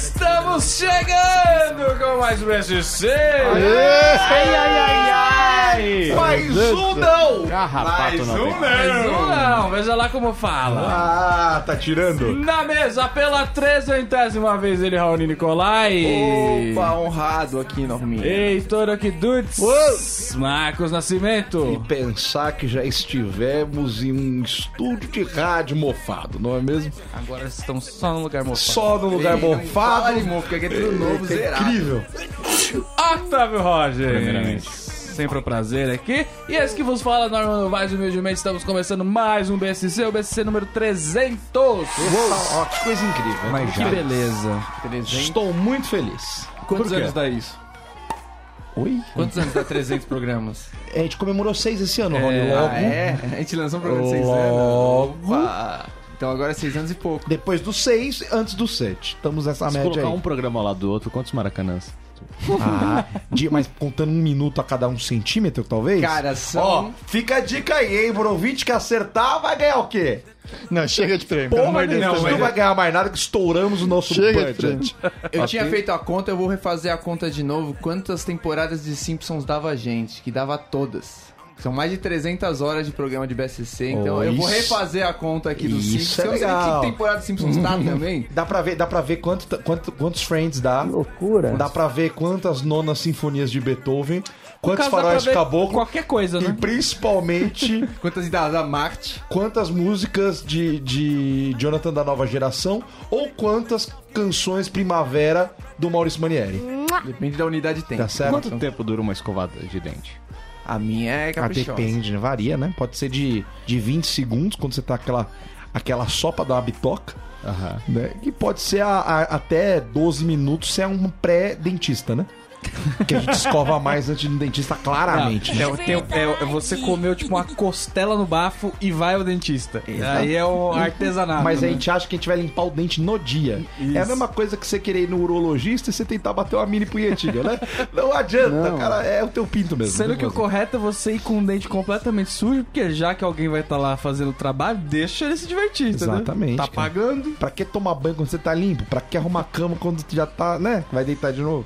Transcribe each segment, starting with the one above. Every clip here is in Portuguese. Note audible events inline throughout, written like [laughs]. Estamos chegando com mais um SC. Ai, ai, ai, ai. Mais um não! Carrapato Mais não. um tem. Mais um não! não, veja lá como fala. Ah, tá tirando? Na mesa, pela trezentésima vez, ele, Raoni Nicolai. Opa, honrado aqui, Norminha. Heitor Okidutz. Marcos Nascimento. Pensar que já estivemos em um estúdio de rádio mofado, não é mesmo? Agora vocês estão só no lugar mofado. Só no lugar mofado. Fala, irmão, porque aqui é tudo novo, zerado. Incrível. Octavio Rogers. Primeiramente. Sempre um prazer aqui. E esse que vos fala, Norman Novaes, humildemente, estamos começando mais um BSC, o BSC número 300. Ó, que coisa incrível. Mas Que beleza. Estou muito feliz. Quantos Por quê? anos dá isso? Oi? Quantos anos dá 300 programas? A gente comemorou seis esse ano, Rony. Logo. Tá Ah, é? A gente lançou um programa de 6 anos. Logo. Opa. Então agora é 6 anos e pouco. Depois do seis, antes do sete. Estamos nessa Se média colocar aí. um programa ao lado do outro, quantos maracanãs? Ah, de- mas contando um minuto a cada um centímetro, talvez? Cara, Ó, são... fica a dica aí, hein? Pro ouvinte que acertar vai ganhar o quê? Não, chega de prêmio. pelo Porra, amor de não, Deus. não vai ganhar mais nada que estouramos o nosso Chega de budget. prêmio. eu tinha feito a conta, eu vou refazer a conta de novo. Quantas temporadas de Simpsons dava a gente? Que dava todas. São mais de 300 horas de programa de BSC, então Oh, eu vou isso- refazer a conta aqui do isso Simpsons. é eu não sei nem legal. Uhum. que temporada de Simpsons tá também. Dá pra ver, dá pra ver quanto, quanto- quantos friends dá. Loucura. Dá pra ver quantas nonas sinfonias de Beethoven. Quantos Caso dá faróis pra de ver caboclo. Qualquer coisa, E né? principalmente, [laughs] Quantas da, da Marte? quantas músicas de, de Jonathan da nova geração ou quantas canções primavera do Maurício Manieri. Depende da unidade tem. Tá certo? Quanto tempo dura uma escovada de dente? A minha é Ah, caprichosa. depende, né? Varia, né? Pode ser de, de 20 segundos, quando você tá aquela, aquela sopa da bitoca, Aham. né? Que pode ser a- a- até 12 minutos se é um pré-dentista, né? [laughs] Que a gente escova mais antes do dentista, claramente. né? É, o teu- é- é você comeu tipo uma costela no bafo e vai ao dentista. Aí é o artesanato. Mas é a né? gente acha que a gente vai limpar o dente no dia. É a mesma coisa que você querer ir no urologista e você tentar bater uma mini punhetinha, né? Não adianta, cara. É o teu pinto mesmo. Sendo Não que o tem correto é você ir com o dente completamente sujo, porque já que alguém vai estar lá fazendo o trabalho, deixa ele se divertir, entendeu? Exatamente, Tá cara. pagando. Pra que tomar banho quando você tá limpo? Pra que arrumar cama quando já tá, né? Vai deitar de novo?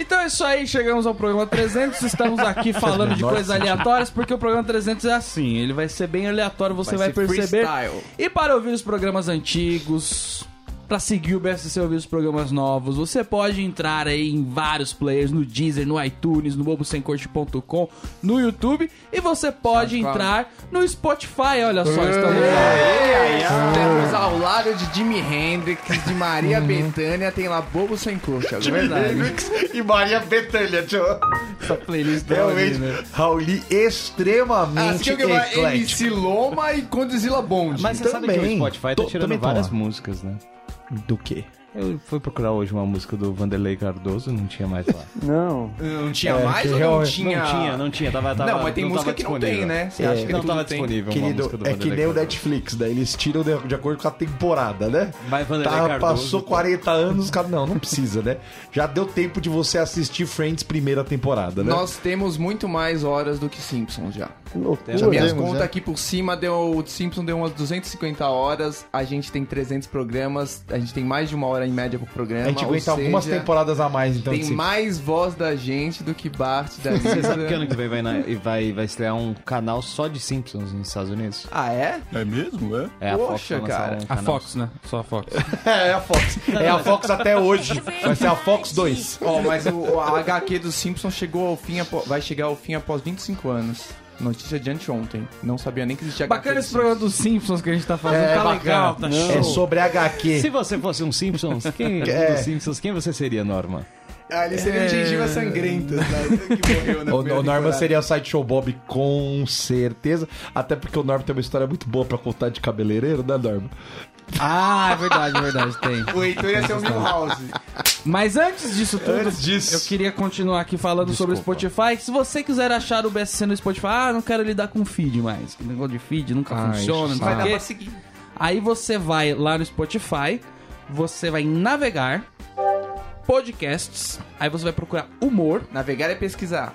Então é isso aí, chegamos ao programa 300, estamos [laughs] aqui falando de menor coisas aleatórias, porque o programa 300 é assim, ele vai ser bem aleatório, você vai, ser perceber. freestyle. E para ouvir os programas antigos, para seguir o BSC e ouvir os programas novos, você pode entrar aí em vários players, no Deezer, no iTunes, no bobosemcorte.com, no YouTube, e você pode Sabe, entrar no Spotify, olha só, estamos Temos ao lado de Jimi Hendrix, de Maria Bethânia, tem lá Bobo Sem Coxa. Verdade. e Maria Betânia, tio. essa playlist da Realmente, Aline, né? Rauli extremamente Assim que eu eclético. MC Loma e Conduzila Bond. Mas você sabe que o Também. Spotify tá Tô- tirando também tô várias lá. músicas, né? Do quê? Eu fui procurar hoje uma música do Vanderlei Cardoso, não tinha mais lá. Não. Não tinha É, mais que ou não realmente- [laughs] tinha? Não tinha, não tinha. Tava, tava, Não, mas tem música tava que não disponível. tem, né? Você É, acha que Não tudo tava tem? disponível uma Querido, música do é que Vanderlei nem o Cardoso. Netflix, daí eles tiram de, de acordo com a temporada, né? Vai, Vanderlei Cardoso. Passou 40 anos, os caras. Não, não precisa, né? Já deu tempo de você assistir Friends primeira temporada, né? Nós temos muito mais horas do que Simpsons já. Que loucura. Já Minhas Temos, contas é. aqui por cima deu. O Simpson deu umas 250 horas. A gente tem 300 programas. A gente tem mais de uma hora em média por programa. a gente ou aguenta seja, algumas temporadas a mais, então. Tem assim. mais voz da gente do que Bart da Você sabe que [laughs] Lisa. ano que vem vai, na- e vai, vai estrear um canal só de Simpsons nos Estados Unidos? Ah, é? É mesmo? É? É a Fox Poxa, vai lançar cara. um A canal. Fox, né? Só a Fox. É, a Fox. É a Fox até [laughs] hoje. Vai ser a Fox 2. Ó, mas o, o HQ do Simpson chegou ao fim, apo- vai chegar ao fim após 25 anos. Notícia de anteontem. Não sabia nem que existia Bacana HQ esse programa dos Simpsons que a gente tá fazendo, É, tá legal, tá bacana. show. É sobre HQ. Se você fosse um Simpsons, quem [laughs] É. dos Simpsons, quem você seria, Norma? Ah, ele seria um gengiva sangrenta, né? Que morreu [laughs] na O, primeira o Norman temporada. seria o Sideshow Bob, com certeza. Até porque o Norman tem uma história muito boa pra contar de cabeleireiro, né, Norman? Ah, é verdade, é verdade, tem. O Heitor ia ser o Milhouse. Mas antes disso tudo, Antes disso. eu queria continuar aqui falando sobre o Spotify. Se você quiser achar o BSC no Spotify, ah, não quero lidar com feed mais. Que negócio de feed nunca Ah, funciona, não Vai dar sei pra o quê. seguir. Aí você vai lá no Spotify, você vai em navegar, podcasts, aí você vai procurar humor, Navegar é pesquisar.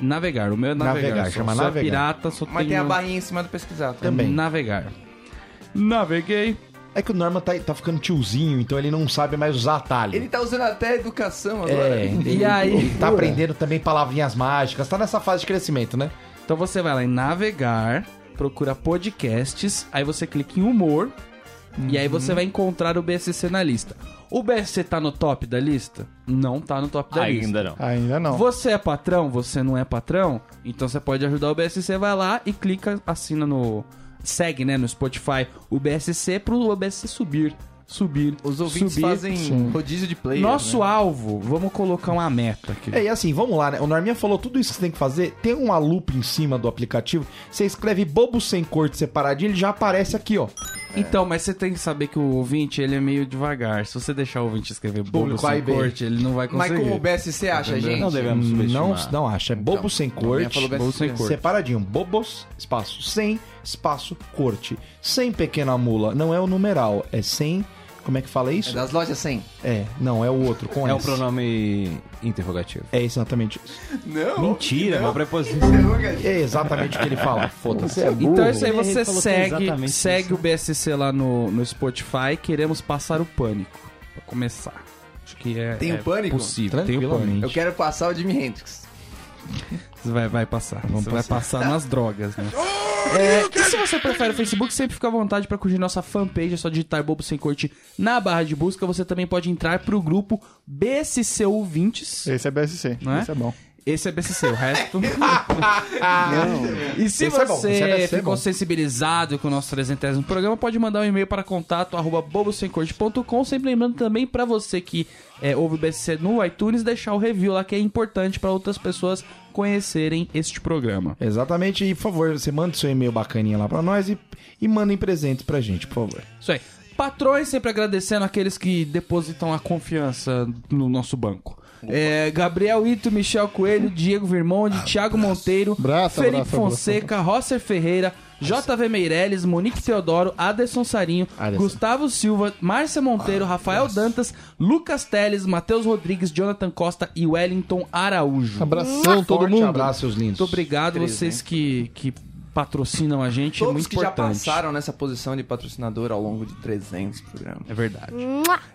navegar. O meu é navegar. Navegar, só, chama só é navegar. pirata, só Mas tem a um- tá? barrinha em cima do pesquisar. Também. Navegar. Naveguei. É que o Norman tá, tá ficando tiozinho, então ele não sabe mais usar atalho. Ele tá usando até a educação agora. É, E aí? ele tá aprendendo também palavrinhas mágicas, tá nessa fase de crescimento, né? Então você vai lá em navegar, procura podcasts, aí você clica em humor e aí Uhum. você vai encontrar o BSC na lista. O BSC tá no top da lista? Não tá no top da lista. Ainda não. Ainda não. Você é patrão? Você não é patrão? Então você pode ajudar o BSC, vai lá e clica, assina no. Segue, né, no Spotify o BSC pro BSC subir. Subir. Os ouvintes subir. fazem rodízio de players. Nosso né? alvo, vamos colocar uma meta aqui. É, e assim, vamos lá, né? O Norminha falou tudo isso que você tem que fazer. Tem uma lupa em cima do aplicativo. Você escreve bobo sem corte separadinho, ele já aparece aqui, ó. Então, mas você tem que saber que o ouvinte, ele é meio devagar. Se você deixar o ouvinte escrever bobo Público A e sem B. corte, ele não vai Mas conseguir. como o BSC acha, gente? Não devemos Não, subestimar. não acha. É bobo sem Norminha corte. falou BSC. bobo sem corte. Separadinho, bobos, espaço, sem, espaço, corte. Sem pequena mula, não é o numeral, é sem. Como é que fala É isso? das lojas 100. É, não, é o outro, com É um S. pronome interrogativo. É exatamente isso. Não. Mentira, uma preposição. É exatamente o que ele fala. Foda-se. Então é isso aí, Ele você falou que é segue, exatamente segue isso. o BSC lá no, no Spotify. Queremos passar o pânico. Pra começar. Acho que é, Tem o é pânico? possível. Tem o Tranquilamente. pânico. Eu quero passar o Jimi Hendrix. Você vai, vai passar. você vai passar nas drogas, né? É, e se você prefere o Facebook, sempre fica à vontade pra curtir nossa fanpage. É só digitar Bobo Sem Corte na barra de busca. Você também pode entrar pro grupo BSC Ouvintes. Esse é BSC. Não é? Esse é bom. Esse é BCC, o resto. E se Esse é bom, você esse é BSC ficou bom. sensibilizado com o nosso 300 programa, pode mandar um e-mail para contato arroba bobosemcorte.com. Sempre lembrando também para você que é, ouve o BCC no iTunes, deixar o review lá que é importante para outras pessoas conhecerem este programa. Exatamente, e por favor, você manda seu e-mail bacaninha lá pra nós e, e mandem presentes pra gente, por favor. Isso aí. Patrões sempre agradecendo aqueles que depositam a confiança no nosso banco. É, Gabriel Ito, Michel Coelho, Diego Virmonde, Thiago Monteiro, Abraço, Felipe abraço, abraço. Fonseca, Rosser Ferreira, JV Meirelles, Monique Teodoro, Aderson Sarinho, Gustavo Silva, Márcia Monteiro, Rafael Dantas, Lucas Teles, Matheus Rodrigues, Jonathan Costa e Wellington Araújo. Abração todo mundo. abraço, seus lindos. Muito obrigado vocês que, que patrocinam a gente, é Todos muito que já importante. passaram nessa posição de patrocinador ao longo de 300 programas. É verdade.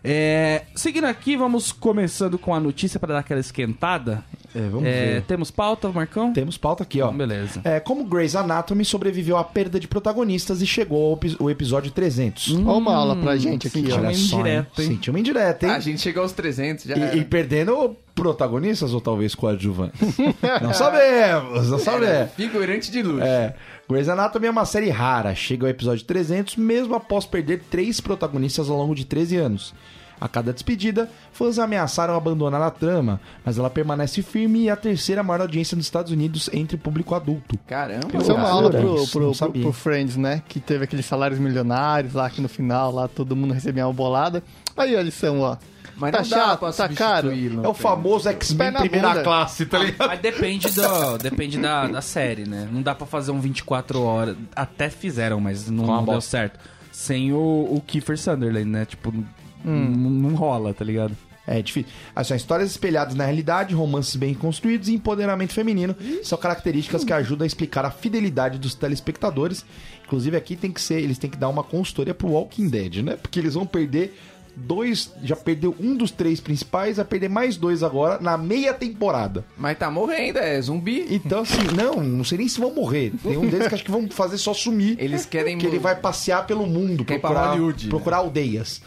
É, seguindo aqui, vamos começando com a notícia para dar aquela esquentada. É, vamos É, ver. temos pauta, Marcão? Então, Temos pauta aqui, ó. Beleza. É, como Grey's Anatomy sobreviveu à perda de protagonistas e chegou ao epi- o episódio 300. Olha uma aula pra gente aqui, senti ó. Hum, Ah, uma indireta, hein? Sentiu uma indireta, hein? A gente chegou aos 300 já. é. era. E, e perdendo protagonistas ou talvez coadjuvantes. [laughs] não sabemos, não sabemos. Figurante de luxo. É, Grey's Anatomy é uma série rara, chega ao episódio 300 mesmo após perder três protagonistas ao longo de 13 anos. A cada despedida, fãs ameaçaram abandonar a trama, mas ela permanece firme e é a terceira maior audiência nos Estados Unidos entre público adulto. Caramba. Isso é uma aula pro, Isso, não pro, pro, sabia. pro Friends, né? Que teve aqueles salários milionários lá, que no final lá todo mundo recebia uma bolada. Aí a lição, ó. Mas tá não dá chato, pra tá caro. substituí-lo. É o famoso Pé X-Men na primeira bunda. classe, tá ligado? Mas depende, do, depende da, da série, né? Não dá pra fazer um 24 horas. Até fizeram, mas não, não deu certo. Sem o, o Kiefer Sunderland, né? Tipo, n- Hum. não rola, tá ligado? É difícil. Ah, São histórias espelhadas na realidade, romances bem construídos e empoderamento feminino são características que ajudam a explicar a fidelidade dos telespectadores. Inclusive, aqui tem que ser, eles têm que dar uma consultoria pro Walking Dead, né? Porque eles vão perder dois. Já perdeu um dos três principais, vai perder mais dois agora na meia temporada. Mas tá morrendo, é zumbi. Então, assim, não, não sei nem se vão morrer. Tem um deles que acho que vão fazer só sumir. [laughs] Eles querem Que ele vai passear pelo mundo, Quer ir pra procurar, Hollywood, né? procurar aldeias.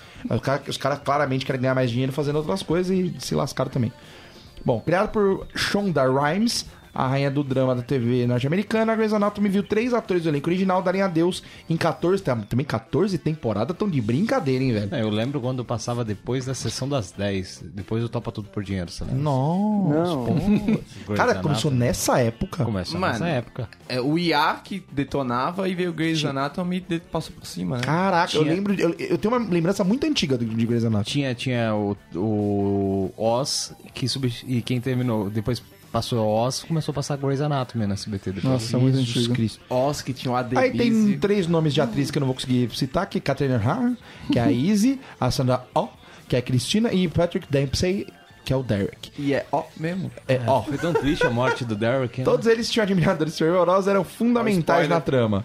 Os caras claramente querem ganhar mais dinheiro fazendo outras coisas e se lascaram também. Bom, criado por Shonda Rhimes, a rainha do drama da TV norte-americana, a Grey's Anatomy viu três atores do elenco original darem adeus em 14... tem- Também 14 temporadas tão de brincadeira, hein, velho? É, eu lembro quando eu passava depois da sessão das 10. Depois eu topa tudo por dinheiro, você lembra? Nossa, Não. pô. Cara, começou nessa época. Começa Mano. nessa época. É o IA que detonava e veio o Grey's Anatomy e de- passou por cima, né? Caraca, eu Tinha- lembro... Eu, eu tenho uma lembrança muito antiga do- de Grey's Anatomy. Tinha, tinha o, o Oz, que subst... e quem terminou, depois passou o Oz, começou a passar Grey's Anatomy na SBT. Depois. Nossa, é muito Jesus antigo. Cristo. Os que tinham a Aí tem Debise. três nomes de atriz que eu não vou conseguir citar, que é Catherine Hahn, que é a Izzy, a Sandra Oh, que é a Cristina, e Patrick Dempsey, que é o Derek. E é ó mesmo. É, ó. Foi tão triste a morte do Derek. né? Todos eles tinham admiradores fervorosos, eram fundamentais na trama.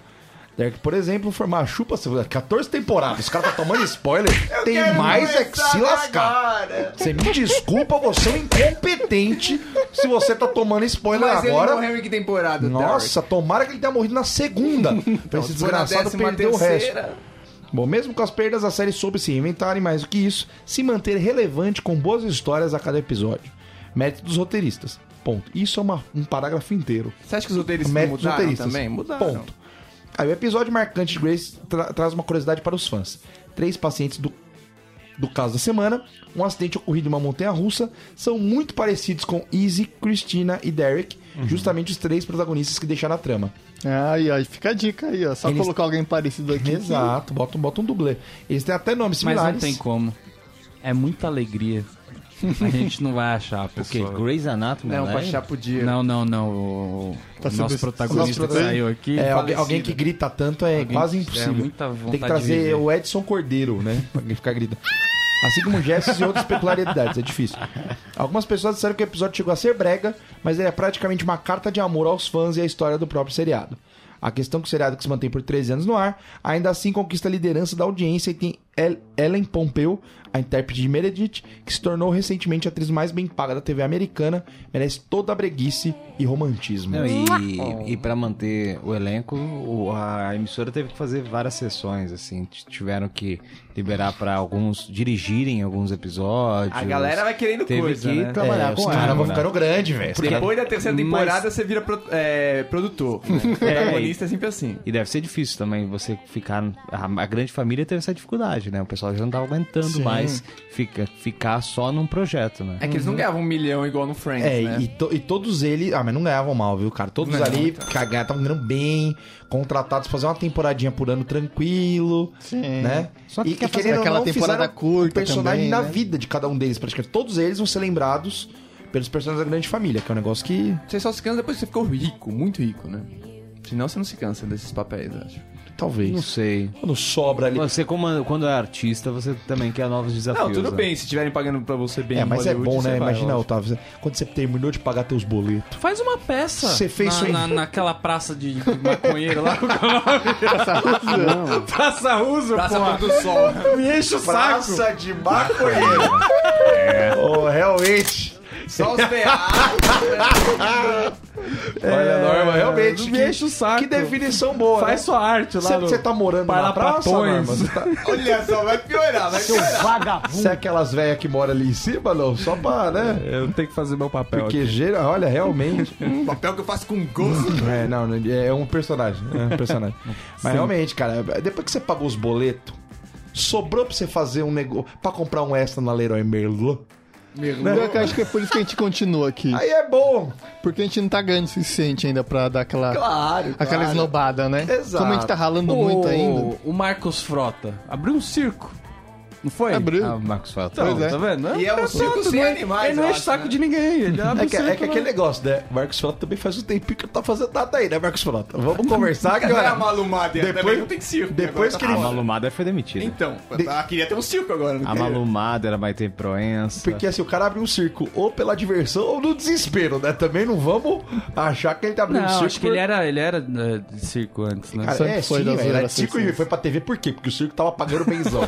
Derek, por exemplo, formar chupa 14 temporadas. Os caras tá tomando [laughs] spoiler. Tem mais é que se lascar. Você me desculpa, você é um incompetente se você tá tomando spoiler Mas agora. ele morreu em que temporada, Nossa, tomara que ele tenha morrido na [laughs] segunda. pra esse Derek? Foi na desgraçado décima perder o resto. terceira. Bom, mesmo com as perdas, a série soube se reinventar e, mais do que isso, se manter relevante com boas histórias a cada episódio. Mérito dos roteiristas. Ponto. Isso é uma- um parágrafo inteiro. Você acha que os roteiristas não Mérito dos mudaram roteiristas. também? Mudaram. Ponto. Aí o episódio marcante de Grace tra- traz uma curiosidade para os fãs. Três pacientes do, do caso da semana, um acidente ocorrido em uma montanha russa, são muito parecidos com Izzy, Christina e Derek, justamente os três protagonistas que deixaram a trama. É, Aí, ó, fica a dica aí, ó. Só Eles- colocar alguém parecido aqui. Exato, bota, um- bota um dublê. Eles têm até nomes Mas similares. não tem como. É muita alegria. A gente não vai achar, O quê? porque. Grey's Anatomy? Não, pra né? achar podia. Não, não, não. O, o Tá nosso subest- protagonista nosso que protagonista. saiu aqui. É, alguém, falecido. alguém que grita tanto é quase impossível. é muita vontade Tem que de trazer viver. o Edson Cordeiro, né? Pra alguém ficar gritando. Assim como gestos e outras peculiaridades, é difícil. Algumas pessoas disseram que o episódio chegou a ser brega, mas ele é praticamente uma carta de amor aos fãs e à história do próprio seriado. A questão é que o seriado que se mantém por 13 anos no ar, ainda assim conquista a liderança da audiência e tem El- Ellen Pompeu, a intérprete de Meredith, que se tornou recentemente a atriz mais bem paga da TV americana, merece toda a breguice e romantismo. Não, e, e para manter o elenco, o- a emissora teve que fazer várias sessões, assim, t- tiveram que liberar para alguns dirigirem alguns episódios. A galera vai querendo Teve coisa, que né? trabalhar é, os com caras ela. vão ficando grande, velho. Os caras- Depois da terceira temporada, você vira pro- é, produtor. Né? Protagonista é sempre Uhum. assim. E deve ser difícil também você ficar. A, a grande família teve essa dificuldade, né? O pessoal já não tava aguentando mais fica- ficar só num projeto, né? É que eles não ganhavam um milhão igual no Friends, É, né? e, to- e todos eles. Ah, mas não ganhavam mal, viu, cara? Todos ali cagaram, estavam ganhando bem, contratados, fazer uma temporadinha por ano tranquilo. Sim. Né? Só que e, quer e fazer querendo ou aquela não, temporada fizeram curta o personagem também, da né? vida de cada um deles, praticamente. Todos eles vão ser lembrados pelos personagens da grande família, que é um negócio que. Você só se cansa depois que você ficou rico, muito rico, né? Senão você não se cansa desses papéis, eu acho. Talvez. Não sei. Quando sobra ali. Você, como, quando é artista, você também quer novos desafios. Não, tudo né? bem, se estiverem pagando pra você bem é, em mas é Hollywood, bom, você né? vai, Imagina, lógico. Otávio, quando você terminou de pagar teus boletos. Faz uma peça. Você fez na, isso aí? na- naquela praça de, de maconheiro lá. [laughs] é Não. praça Uso, Praça porra. do Sol. Me enche o saco. de maconheiro. [laughs] é. Oh, realmente. Só os PA. Olha, Norma, realmente. É. não que- me enche o saco. Que definição boa. Faz né? sua arte lá. Você, no- você tá morando Para na praça, Platões. Norma? Você tá- Olha só, vai piorar, vai piorar. Você é aquelas velhas que moram ali em cima, não? Só pra, né? Eu tenho que fazer meu papel aqui. Porque, gera... olha, [laughs] realmente... Um É, papel que eu faço com gosto. é, não, não, é um personagem. É um personagem. Mas realmente, cara, depois que você pagou os boletos, sobrou pra você fazer um negócio... Pra comprar um extra na Leroy Merlot? Eu acho que é por isso que a gente continua aqui. Aí é bom. Porque a gente não tá ganhando o suficiente ainda pra dar aquela, Claro, aquela esnobada, né? Exato. Como a gente tá ralando O- muito ainda. O Marcos Frota abriu um circo. Não foi? Abriu. Ah, Marcos Fala. Então, Pois é. tá vendo? E é um Pronto, circo sem não é- animais, Ele não eu enche o acho, saco né? de ninguém. Ele abre É um que, é circo que lá. aquele negócio, né? Marcos Frota também faz um tempinho que não tá fazendo nada aí, né, Marcos Frota? Vamos conversar, Cadê a cara. malumada? Ainda Depois- bem não tem circo. depois que agora tá A ele- na hora. Malumada foi demitida. Então, é ah, queria ter um circo agora. não A queria? Malumada era Maite Proença. Porque assim, o cara abre um circo ou pela diversão ou no desespero, né? Também não vamos achar que ele tá abrindo um Não, circo. acho que ele era, ele era eh, de circo antes, né? Cara, Sempre é, foi sim, da velho, zoeira era circo e circense. foi pra TV por quê? Porque o circo tava pagando benzão.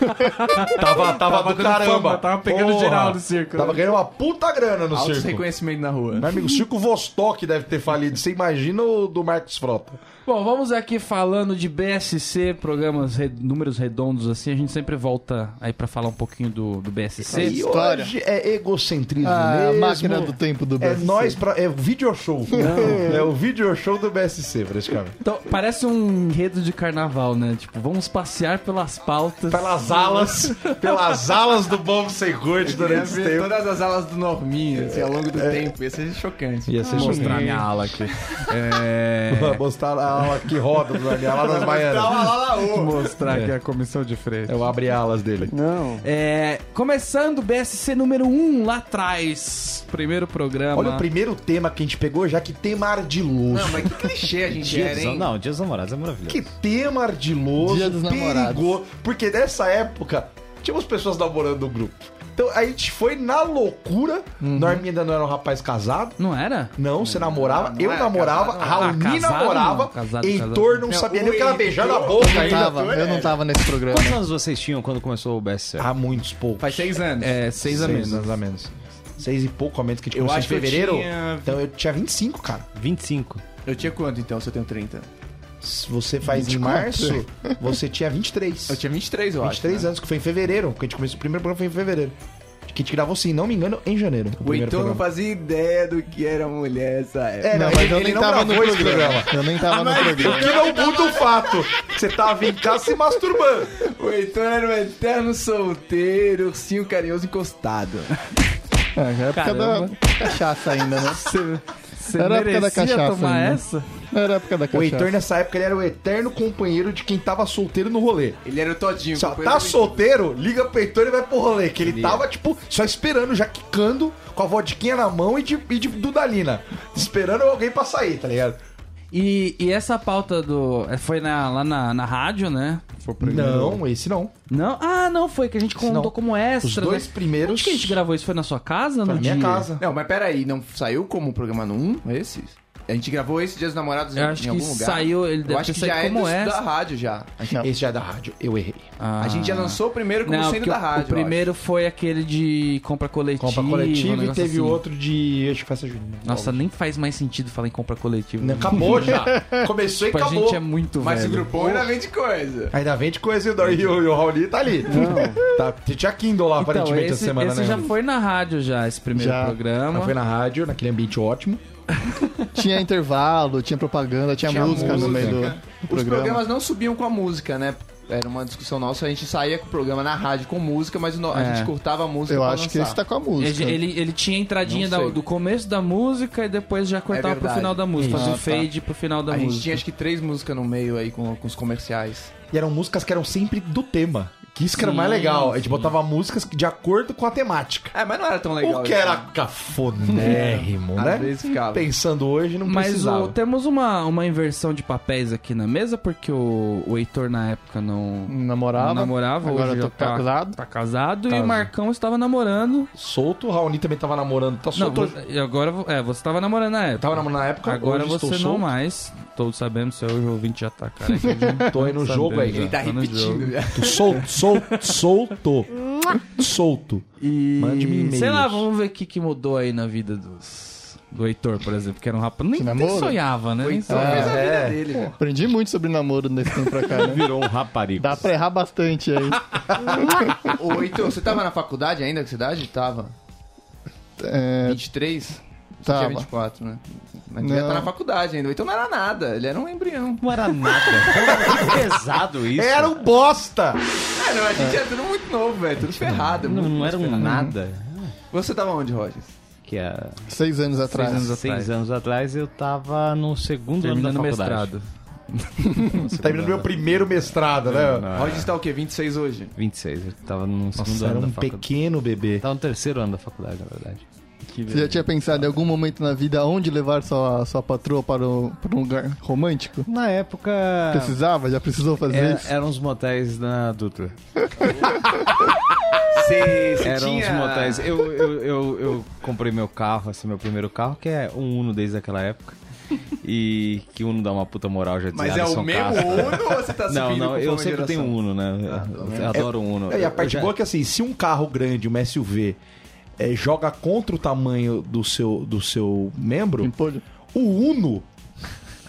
Ah, tava, tava, do dando caramba. fama, tava pegando Porra. geral do circo, né? Tava ganhando uma puta grana no Altos circo. reconhecimento na rua. Meu amigo, o circo Vostok deve ter falido. Você imagina o do Marcos Frota. Bom, vamos aqui falando de BSC, programas, re- números redondos assim. A gente sempre volta aí pra falar um pouquinho do, do BSC. E história. Ah, hoje é egocentrismo A mesmo. máquina do tempo do É BSC. nós pra. É o video show. É o video show do BSC, praticamente. Então, parece um enredo de carnaval, né? Tipo, vamos passear pelas pautas. Pelas alas, pelas alas do Bob Sem Corte Queria durante esse ver tempo. todas as alas do Norminha, assim, ao longo do É. tempo. Ia ser chocante. Ia ser mostrar minha ala aqui. Pra É... mostrar a ala que roda do Daniel, lá nas Baianas. Mostrar aqui a comissão de frente. É o abre-alas dele. Não. É, começando o BSC número 1 lá atrás. Primeiro programa. Olha o primeiro tema que a gente pegou, já que tema ardiloso. Não, mas que clichê a gente era, hein? Não, Dias Namorados é maravilhoso. Que tema ardiloso, Dia dos namorados. perigoso. Porque nessa época, tínhamos pessoas namorando no grupo. Então a gente foi na loucura. Norminha ainda não era um rapaz casado. Não era? Não, você namorava, não eu era namorava, casado, não. Ah, Raoni casado namorava, não, casado, Heitor casado. não Não, sabia o nem o que ela Heitor- beijando a boca Eu, ainda. tava, né? eu não tava nesse programa. Quantos anos vocês tinham quando começou o BSC? Há muitos poucos. Faz seis anos. É, seis a menos. anos a menos. Seis e pouco a menos que a gente Eu começou acho em que eu fevereiro. tinha- Então eu tinha 25, cara. 25. Eu tinha quanto então se eu tenho 30? Se você faz em março, você tinha 23. Eu tinha 23, eu acho. 23 né? anos, que foi em fevereiro. Porque a gente começou o primeiro programa foi em fevereiro. Que a gente gravou, se não me engano, em janeiro. O primeiro Heitor não programa. fazia ideia do que era mulher essa época. É, não, Não, ele, mas eu ele nem não tava no gravou esse programa. programa. Ah, Eu nem tava no O programa. que não muda o fato. que Você tava em casa se masturbando. É. O Heitor era um eterno solteiro, ursinho carinhoso encostado. Ah, já é época Caramba. da cachaça ainda, né? Você Era a época da merecia cachaça tomar ainda. essa? Não era a época da O cachaça. Heitor, nessa época, ele era o eterno companheiro de quem tava solteiro no rolê. Ele era o todinho. Só companheiro tá do Heitor. solteiro, liga pro Heitor e vai pro rolê. Que ele tava, tipo, só esperando, já quicando, com a vodquinha na mão e de, e de Dudalina. Esperando alguém pra sair, tá ligado? E, e essa pauta do. é, Foi na- lá na, na rádio, né? Foi o primeiro. Não, esse não. Não? Ah, não, foi que a gente contou não. como extra. Os dois né? primeiros. Onde que a gente gravou isso? Foi na sua casa? Foi no na minha dia? casa. Não, mas peraí, não saiu como um programa no 1? Esse? A gente gravou esse Dias dos Namorados em, Eu acho em que algum lugar? saiu, ele deve Eu ter acho que saído já é como do- essa. da rádio já. A gente- Não. Esse já é da rádio. Eu errei. Ah. A gente já lançou o primeiro como Não, sendo porque da o- rádio. o eu acho. primeiro foi aquele de compra coletiva. Compra um coletiva e negócio teve assim. outro de. Acho que festa junina. Nossa, nem faz mais sentido falar em compra coletiva. [laughs] Não, acabou já. Começou e Tipo, a acabou. gente é muito Mas o velho. grupão ainda vende coisa. Ainda vem de coisa e o Dor- e o, e o Raoni tá ali. Tá, tinha Kindle lá, Então, aparentemente, esse, essa semana, esse né? já foi na rádio já, esse primeiro Já. programa. Ela Foi na rádio, naquele ambiente ótimo. Tinha intervalo, tinha propaganda, tinha, Tinha música, no meio do, música. do Os programa. programas não subiam com a música, né? Era uma discussão nossa, a gente saía com o programa na rádio com música, mas no- a É. gente cortava a música Eu pra acho que lançar. esse tá com a música. Ele, ele, ele tinha a entradinha Não da- sei. do começo da música e depois já cortava pro verdade. final da música. Isso. Fazia um Ah, tá. fade pro final da A gente música. tinha acho que três músicas no meio aí com, com os comerciais. E eram músicas que eram sempre do tema. Que isso que era mais Sim, legal. A gente sim. botava músicas de acordo com a temática. É, mas não era tão legal. o que isso, era né? cafonérrimo, Às né? vezes ficava. Pensando hoje, não Mas precisava. o- temos uma, uma inversão de papéis aqui na mesa, porque o, o Heitor na época não, Namorava. não namorava, Agora hoje eu tô já tá casado. tá casado e Caso. o Marcão estava namorando. Solto, o Raoni também tava namorando. Tá Não, solto hoje. vo- e agora vo- é, você estava namorando na época. Tava namorando na época, Agora hoje você estou não solto. mais. Todos sabemos, seu ouvinte já tá careca de Tô aí no Sabendo jogo aí. já. Ele tá Tá no jogo. repetindo, viado. Tô solto, solto, solto. solto. E... Mande-me e-mails. Sei lá, vamos ver o que, que mudou aí na vida dos, do Heitor, por exemplo, que era um rapaz. Nem, Que nem namoro? sonhava, né? Foi Nem então sonhava. fez a vida é. dele, [laughs] velho. Aprendi muito sobre namoro nesse tempo pra cá, [laughs] né? Virou um raparigo. Dá pra errar bastante aí. Ô, Heitor, você tava na faculdade ainda? Que cidade? Tava. É, 23? Tinha Tava. 24, né? Mas devia Não. estar na faculdade ainda. Então não era nada, ele era um embrião. Não era nada. Era pesado isso. Era um bosta! É, não, a gente era tudo muito novo, velho. Tudo ferrado. é Não, muito não era um ferrado. nada. um- Você tava onde, Rogers? Que há seis anos atrás. anos atrás. seis anos atrás eu tava no segundo Terminando ano da faculdade. mestrado. Tá vindo meu primeiro mestrado, né? Ah, Rogers tá o quê? 26 hoje? 26. Eu tava no segundo Nossa, era ano da um faculdade. pequeno bebê. Tava no terceiro ano da faculdade, na verdade. Você né? já tinha pensado em algum momento na vida onde levar sua, sua patroa para, o- para um lugar romântico? Na Ah. época... Precisava? Já precisou fazer É, Era, isso? É, eram uns motéis na [laughs] Dutra. Você você Eram uns tinha- motéis. Eu, eu, eu, eu comprei meu carro, assim, meu primeiro carro, que é um Uno desde aquela época. E que Uno dá uma puta moral, já dizia Mas é o Alisson mesmo Castro. Uno [laughs] ou você tá Não, subindo não, conforme eu a sempre tenho geração? Ah, tá. Uno, né? Eu- eu adoro um Uno. É, e a Eu parte já- boa é que assim, se um carro grande, uma SUV, é, joga contra o tamanho do seu, do seu membro, Pimpolho? o Uno.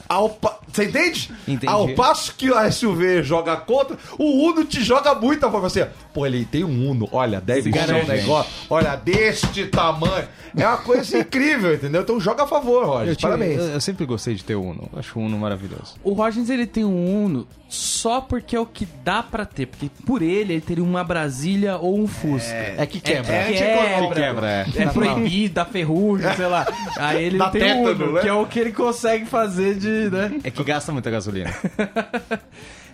Ao pa- Você entende? Entendi. Ao passo que a SUV joga contra, o Uno te joga muito. a favor. Você, pô, ele tem um Uno, olha, deve ser um garante. negócio, olha, deste tamanho. É uma coisa [laughs] incrível, entendeu? Então joga a favor, Roger. Eu, tive- Parabéns. eu, eu sempre gostei de ter Uno. Eu acho o Uno maravilhoso. O Rogers ele tem um Uno só porque é o que dá pra ter, porque por ele ele teria uma Brasília ou um Fusca. É, que é, Que quebra. quebra, é. É proibido, dá ferrugem, sei lá. Aí ele Dá tem o tétano, Uno, né? que é o que ele consegue fazer de, né? É que gasta muita gasolina.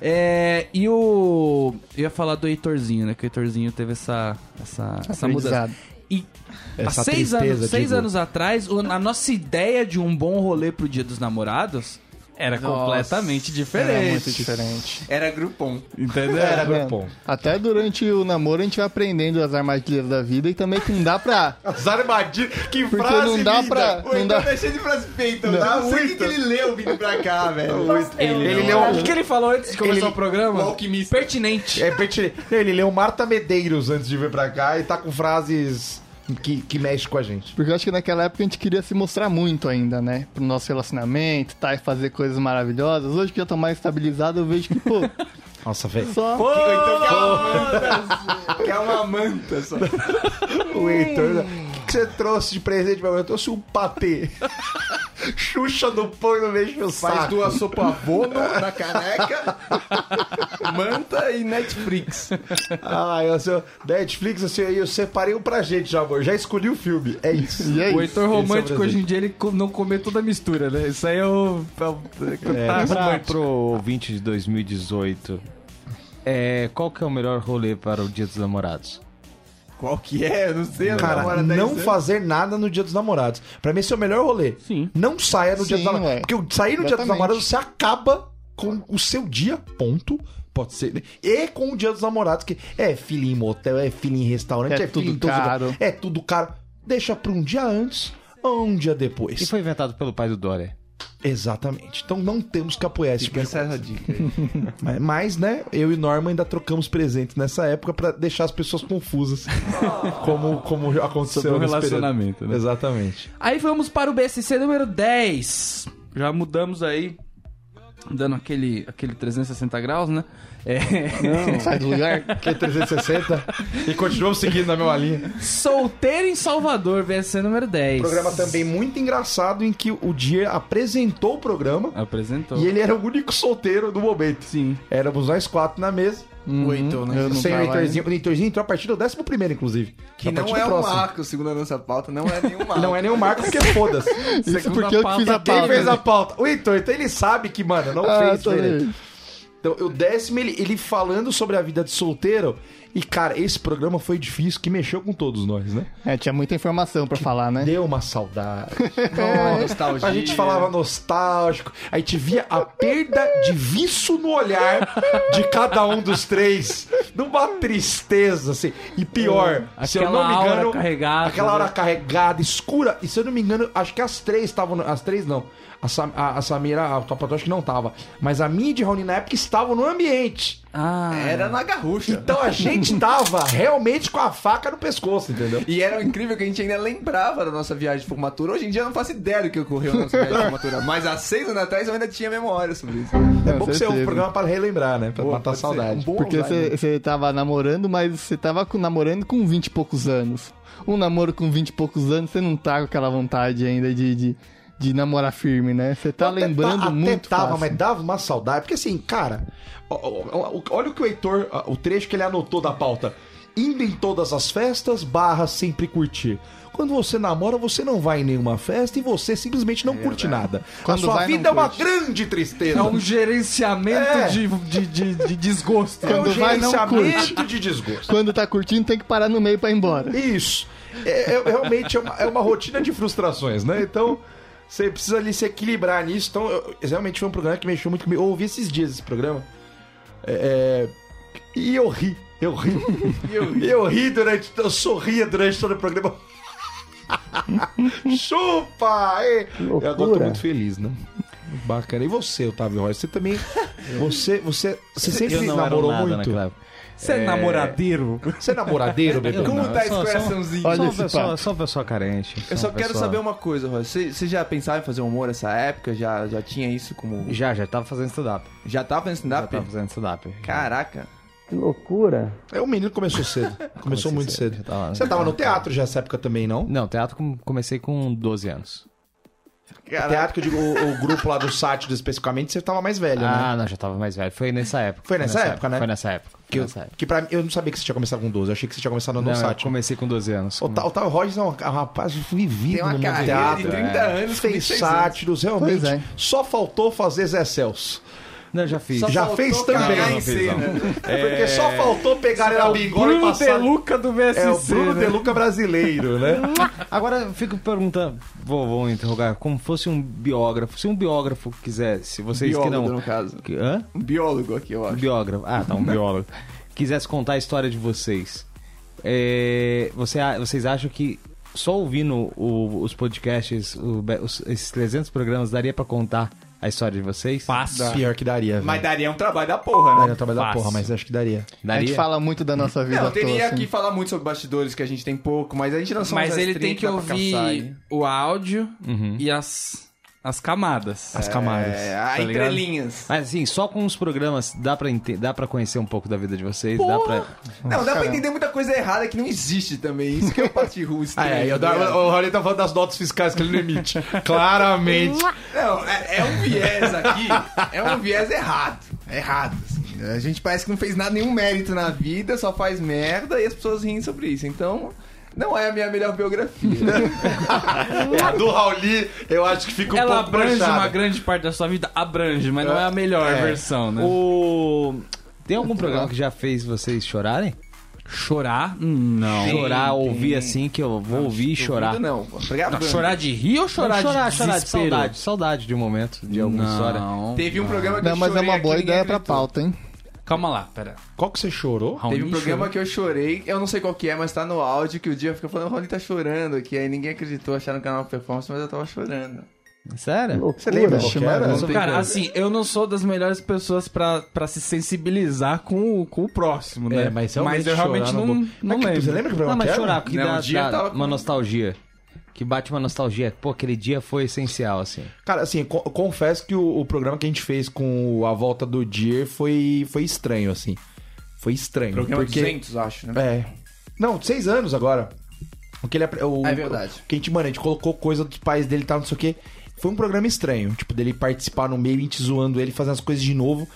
É, e o. Eu ia falar do Heitorzinho, né? Que o Heitorzinho teve essa, essa, essa mudança. Aprendizado. E Essa há seis, tristeza, anos, seis digo. anos atrás, o- a nossa ideia de um bom rolê pro Dia dos Namorados Era Nossa. completamente diferente. Era muito diferente. Era Groupon. Entendeu? tá Era É. Groupon. Até durante o namoro a gente vai aprendendo as armadilhas da vida e também que não dá pra. As armadilhas. Que Porque frase não linda. dá então é pra. Não dá... cheio de frase feita, não, não sei o que, que ele leu vindo pra cá, velho. Ele, Ele leu. um- O que ele um falou antes de começar Ele- o programa? o alquimista. Pertinente. É, pertinente. ele leu Marta Medeiros antes de vir pra cá e tá com frases que, que mexem com a gente. Porque eu acho que naquela época a gente queria se mostrar muito ainda, né? Pro nosso relacionamento, tá? E fazer coisas maravilhosas. Hoje que eu tô mais estabilizado, eu vejo [laughs] que, pô, Nossa, velho. Então, só. Que é uma manta só. O Heitor. O que que você trouxe de presente pra mim? Eu trouxe um patê. [laughs] Xuxa do pão e não mexe meu saco. [laughs] Faz duas sopa bono na caneca, manta e Netflix. [laughs] Ah, eu, seu Netflix, assim, eu separei um pra gente, já, amor. Já escolhi o filme. É isso. E [laughs] aí? O Heitor romântico Esse é o hoje em dia ele co- não comeu toda a mistura, né? Isso aí é o. é o- É, tá pra, romântico. pro ouvinte de 2018, é, qual que é o melhor rolê para o Dia dos Namorados? Qual que é? Eu não sei. eu namoro Cara, há 10 não anos. fazer nada no Dia dos Namorados. Pra mim, esse é o melhor rolê. Sim. Não saia no Dia dos Sim, Namorados. ué. Porque sair no Dia dos Exatamente. Namorados, você acaba com o seu dia, ponto. Pode ser. né? E com o Dia dos Namorados, que é filho em motel, é filho em restaurante, é, É filho em tudo todos os caro. lugares. É tudo caro. Deixa pra um dia antes ou um dia depois. E foi inventado pelo pai do Dória. Exatamente. Então não temos que apoiar esse tipo Fica de essa coisa. dica aí. Mas- Mas, né, eu e Norma ainda trocamos presentes nessa época pra deixar as pessoas [laughs] confusas. como, como aconteceu Sobre o nesse período. relacionamento, né? Exatamente. Aí vamos para o BSC número 10. Já mudamos aí, dando aquele, aquele 360 graus, né? É. Sai do lugar. Que é 360 e continuamos seguindo na mesma linha. Solteiro em Salvador, BSC número 10. Programa também muito engraçado em que o Dier apresentou o programa Apresentou. e ele era o único solteiro do momento. Sim. Éramos nós quatro na mesa. O Heitor, né? Eu não sem o tava, Heitorzinho. O Heitorzinho entrou a partir do 11 primeiro, inclusive. Que A Então tá partir do não é o próximo. Marco, segundo a nossa pauta, não [laughs] é nenhum Marco. Não é nem o Marco, porque foda-se. Isso porque eu que fiz a pauta Quem pauta. fez a pauta? O Heitor, então ele sabe que, mano, não Ah, fez tô direito. vendo. Então, o décimo, ele, ele falando sobre a vida de solteiro. E, cara, esse programa foi difícil, que mexeu com todos nós, né? É, tinha muita informação pra falar, né? Deu uma saudade. Não, nostalgia. A gente falava nostálgico, a gente via a perda de viço no olhar de cada um dos três. Numa tristeza, assim. E pior, se eu não Aquela me aura engano. carregada, aquela hora né? carregada, escura. E se eu não me engano, acho que as três estavam. no- As três não. A, Sam, a, a Samira, a Capató, acho que não tava. Mas a minha e de Raoni na época estavam no ambiente. Ah, É. Era na garrucha. Então a gente tava realmente com a faca no pescoço, entendeu? E era incrível que a gente ainda lembrava da nossa viagem de formatura. Hoje em dia eu não faço ideia do que ocorreu na nossa viagem [laughs] de formatura. Mas há seis anos atrás eu ainda tinha memória sobre isso. É Com bom que você é um certeza. programa pra relembrar, né? Pra Boa, matar a pode ser. Um saudade. bom É Porque Alzheimer. você tava namorando, mas você tava com- namorando com 20 e poucos anos. Um namoro com 20 e poucos anos, você não tá com aquela vontade ainda de, de, de namorar firme, né? Você tá Até lembrando ta- até muito tava, fácil. mas dava uma saudade. Porque assim, cara, ó, ó, ó, olha o que o Heitor, ó, o trecho que ele anotou da pauta. Indo em todas as festas, barra sempre curtir. Quando você namora, você não vai em nenhuma festa e você simplesmente não curte nada. É Quando a sua vai, não vida é uma curte. grande tristeza. é um gerenciamento É. de, de, de, de desgosto. É um Quando vai, não gerenciamento de desgosto. Quando tá curtindo, tem que parar no meio pra ir embora. Isso. É, é- realmente é uma, é uma rotina de frustrações, né? Então, você precisa ali se equilibrar nisso. Então, eu- realmente foi um programa que mexeu muito comigo. Eu ouvi esses dias esse programa. É, é, e eu ri. Eu ri. eu ri. Eu ri durante. Eu sorria durante todo o programa. Chupa! ê! Eu agora tô muito feliz, né? Bacana. E você, Otávio Rocha? Você também. Você, você, você sempre eu não era um namorou nada né, muito? naquela época. Você é namoradeiro? Você é namoradeiro, bebê? Eu Como não, tá esse só- só- um coraçãozinho? Olha Só uma esse pessoa, papo. só uma pessoa carente. Eu só uma quero pessoa- saber uma coisa, Roy. Você você já pensava em fazer humor nessa época? Já, já tinha isso como. Já, já tava fazendo stand-up. Já tava fazendo Já stand-up? tava fazendo stand-up. Caraca. É, o menino começou cedo. Comecei Começou muito cedo, cedo. já tava- Você tava no teatro já nessa época também, não? Não, teatro com- comecei com 12 anos. Caraca. Teatro que eu digo, o, o grupo lá do Sátiro especificamente, você tava mais velho, né? Ah, não, já tava mais velho. Foi nessa época. Foi nessa época, né? Foi nessa época. Foi Que, eu, nessa época. que pra mim, eu não sabia que você tinha começado com 12, eu achei que você tinha começado no tá Não, eu Sátiro. comecei com 12 anos. O Tal- o Tal Rogers é um ca- um rapaz vivido Tem uma no mundo do carreira de teatro. É. 30 anos, com Fez 26 anos. sátiros, realmente. Pois é. Só faltou fazer Zé Celso. Não, já fiz. Só Já faltou fez cagar também. é em cena. Porque só faltou pegar ele na bingola e Bruno passar... Deluca do VSC. É o Bruno né? Deluca brasileiro, né? [laughs] Agora eu fico perguntando, vou, vou interrogar, como fosse um biógrafo. Se um biógrafo quisesse, vocês Biólogo, que né? não. no caso. que- hã? Um biólogo aqui, eu Um acho. biógrafo. Ah, [laughs] tá, um biólogo. quisesse contar a história de vocês. é, você a- vocês acham que só ouvindo o- os podcasts, o be- os- esses 300 programas, daria pra contar a história de vocês? é Fácil. Pior que daria, velho. Mas daria um trabalho da porra, Daria né? um trabalho da Fácil. porra, mas acho que daria. A gente Daria? fala muito da nossa vida Não, à toa, teria assim. que falar muito sobre bastidores, que a gente tem pouco, mas a gente lançou Mas umas ele estrelas tem que dá pra caçar aí. ouvir o áudio e as, as camadas. As camadas. É, a ligado? entrelinhas. Mas assim, só com os programas dá pra, ente- dá pra conhecer um pouco da vida de vocês? Dá pra... não, dá pra entender muita coisa errada que não existe também. Isso que é o parte ruim. Ah, é, eu dava- o Raul tá falando das notas fiscais que ele não [laughs] emite. Claramente. Não, é, é um viés aqui. É um viés errado. Errado. assim. A gente parece que não fez nada, nenhum mérito na vida, só faz merda e as pessoas riem sobre isso. Então, não é a minha melhor biografia. É, a do Rauli, eu acho que fica um Ela pouco abrange manchada. uma grande parte da sua vida, abrange, mas não é a melhor versão, né? O... Tem algum programa que já fez vocês chorarem? Chorar? Não. chorar, ouvir assim, que eu vou ouvir e chorar. Não, não. pô. Não, Gravando. chorar de rir ou chorar, chorar, de chorar de desespero? saudade. Saudade de um momento, de alguma história. Não. Teve um programa que Não, eu mas é chorei uma aqui, boa ninguém ideia pra acreditou. pauta, hein? Calma lá, pera. Qual que você chorou? Raoni Teve um programa chorou. que eu chorei, eu não sei qual que é, mas tá no áudio que o dia fica falando, o Rony tá chorando aqui. Aí ninguém acreditou, acharam que era uma performance, mas eu tava chorando. Sério? Você lembra qual que era? Não tem Cara, como. assim, eu não sou das melhores pessoas pra, pra se sensibilizar com o, com o próximo, né? É, mas eu realmente chorar não, vou- não, Mas que- lembro. Você lembra que Não, programa mas que era? chorar, que Não, dá, um dia dá eu tava com- uma nostalgia. Que bate uma nostalgia. Pô, aquele dia foi essencial, assim. Cara, assim, co- confesso que o, o programa que a gente fez com o a volta do Deer foi, foi estranho, assim. Foi estranho. porque... 200, acho, né? É. Não, seis anos agora. O que ele apre- o- Ah, é verdade. o que a gente, mano, a gente colocou coisa dos pais dele e tal, não sei o quê. Foi um programa estranho. Tipo, dele participar no meio, a gente zoando ele, fazendo as coisas de novo.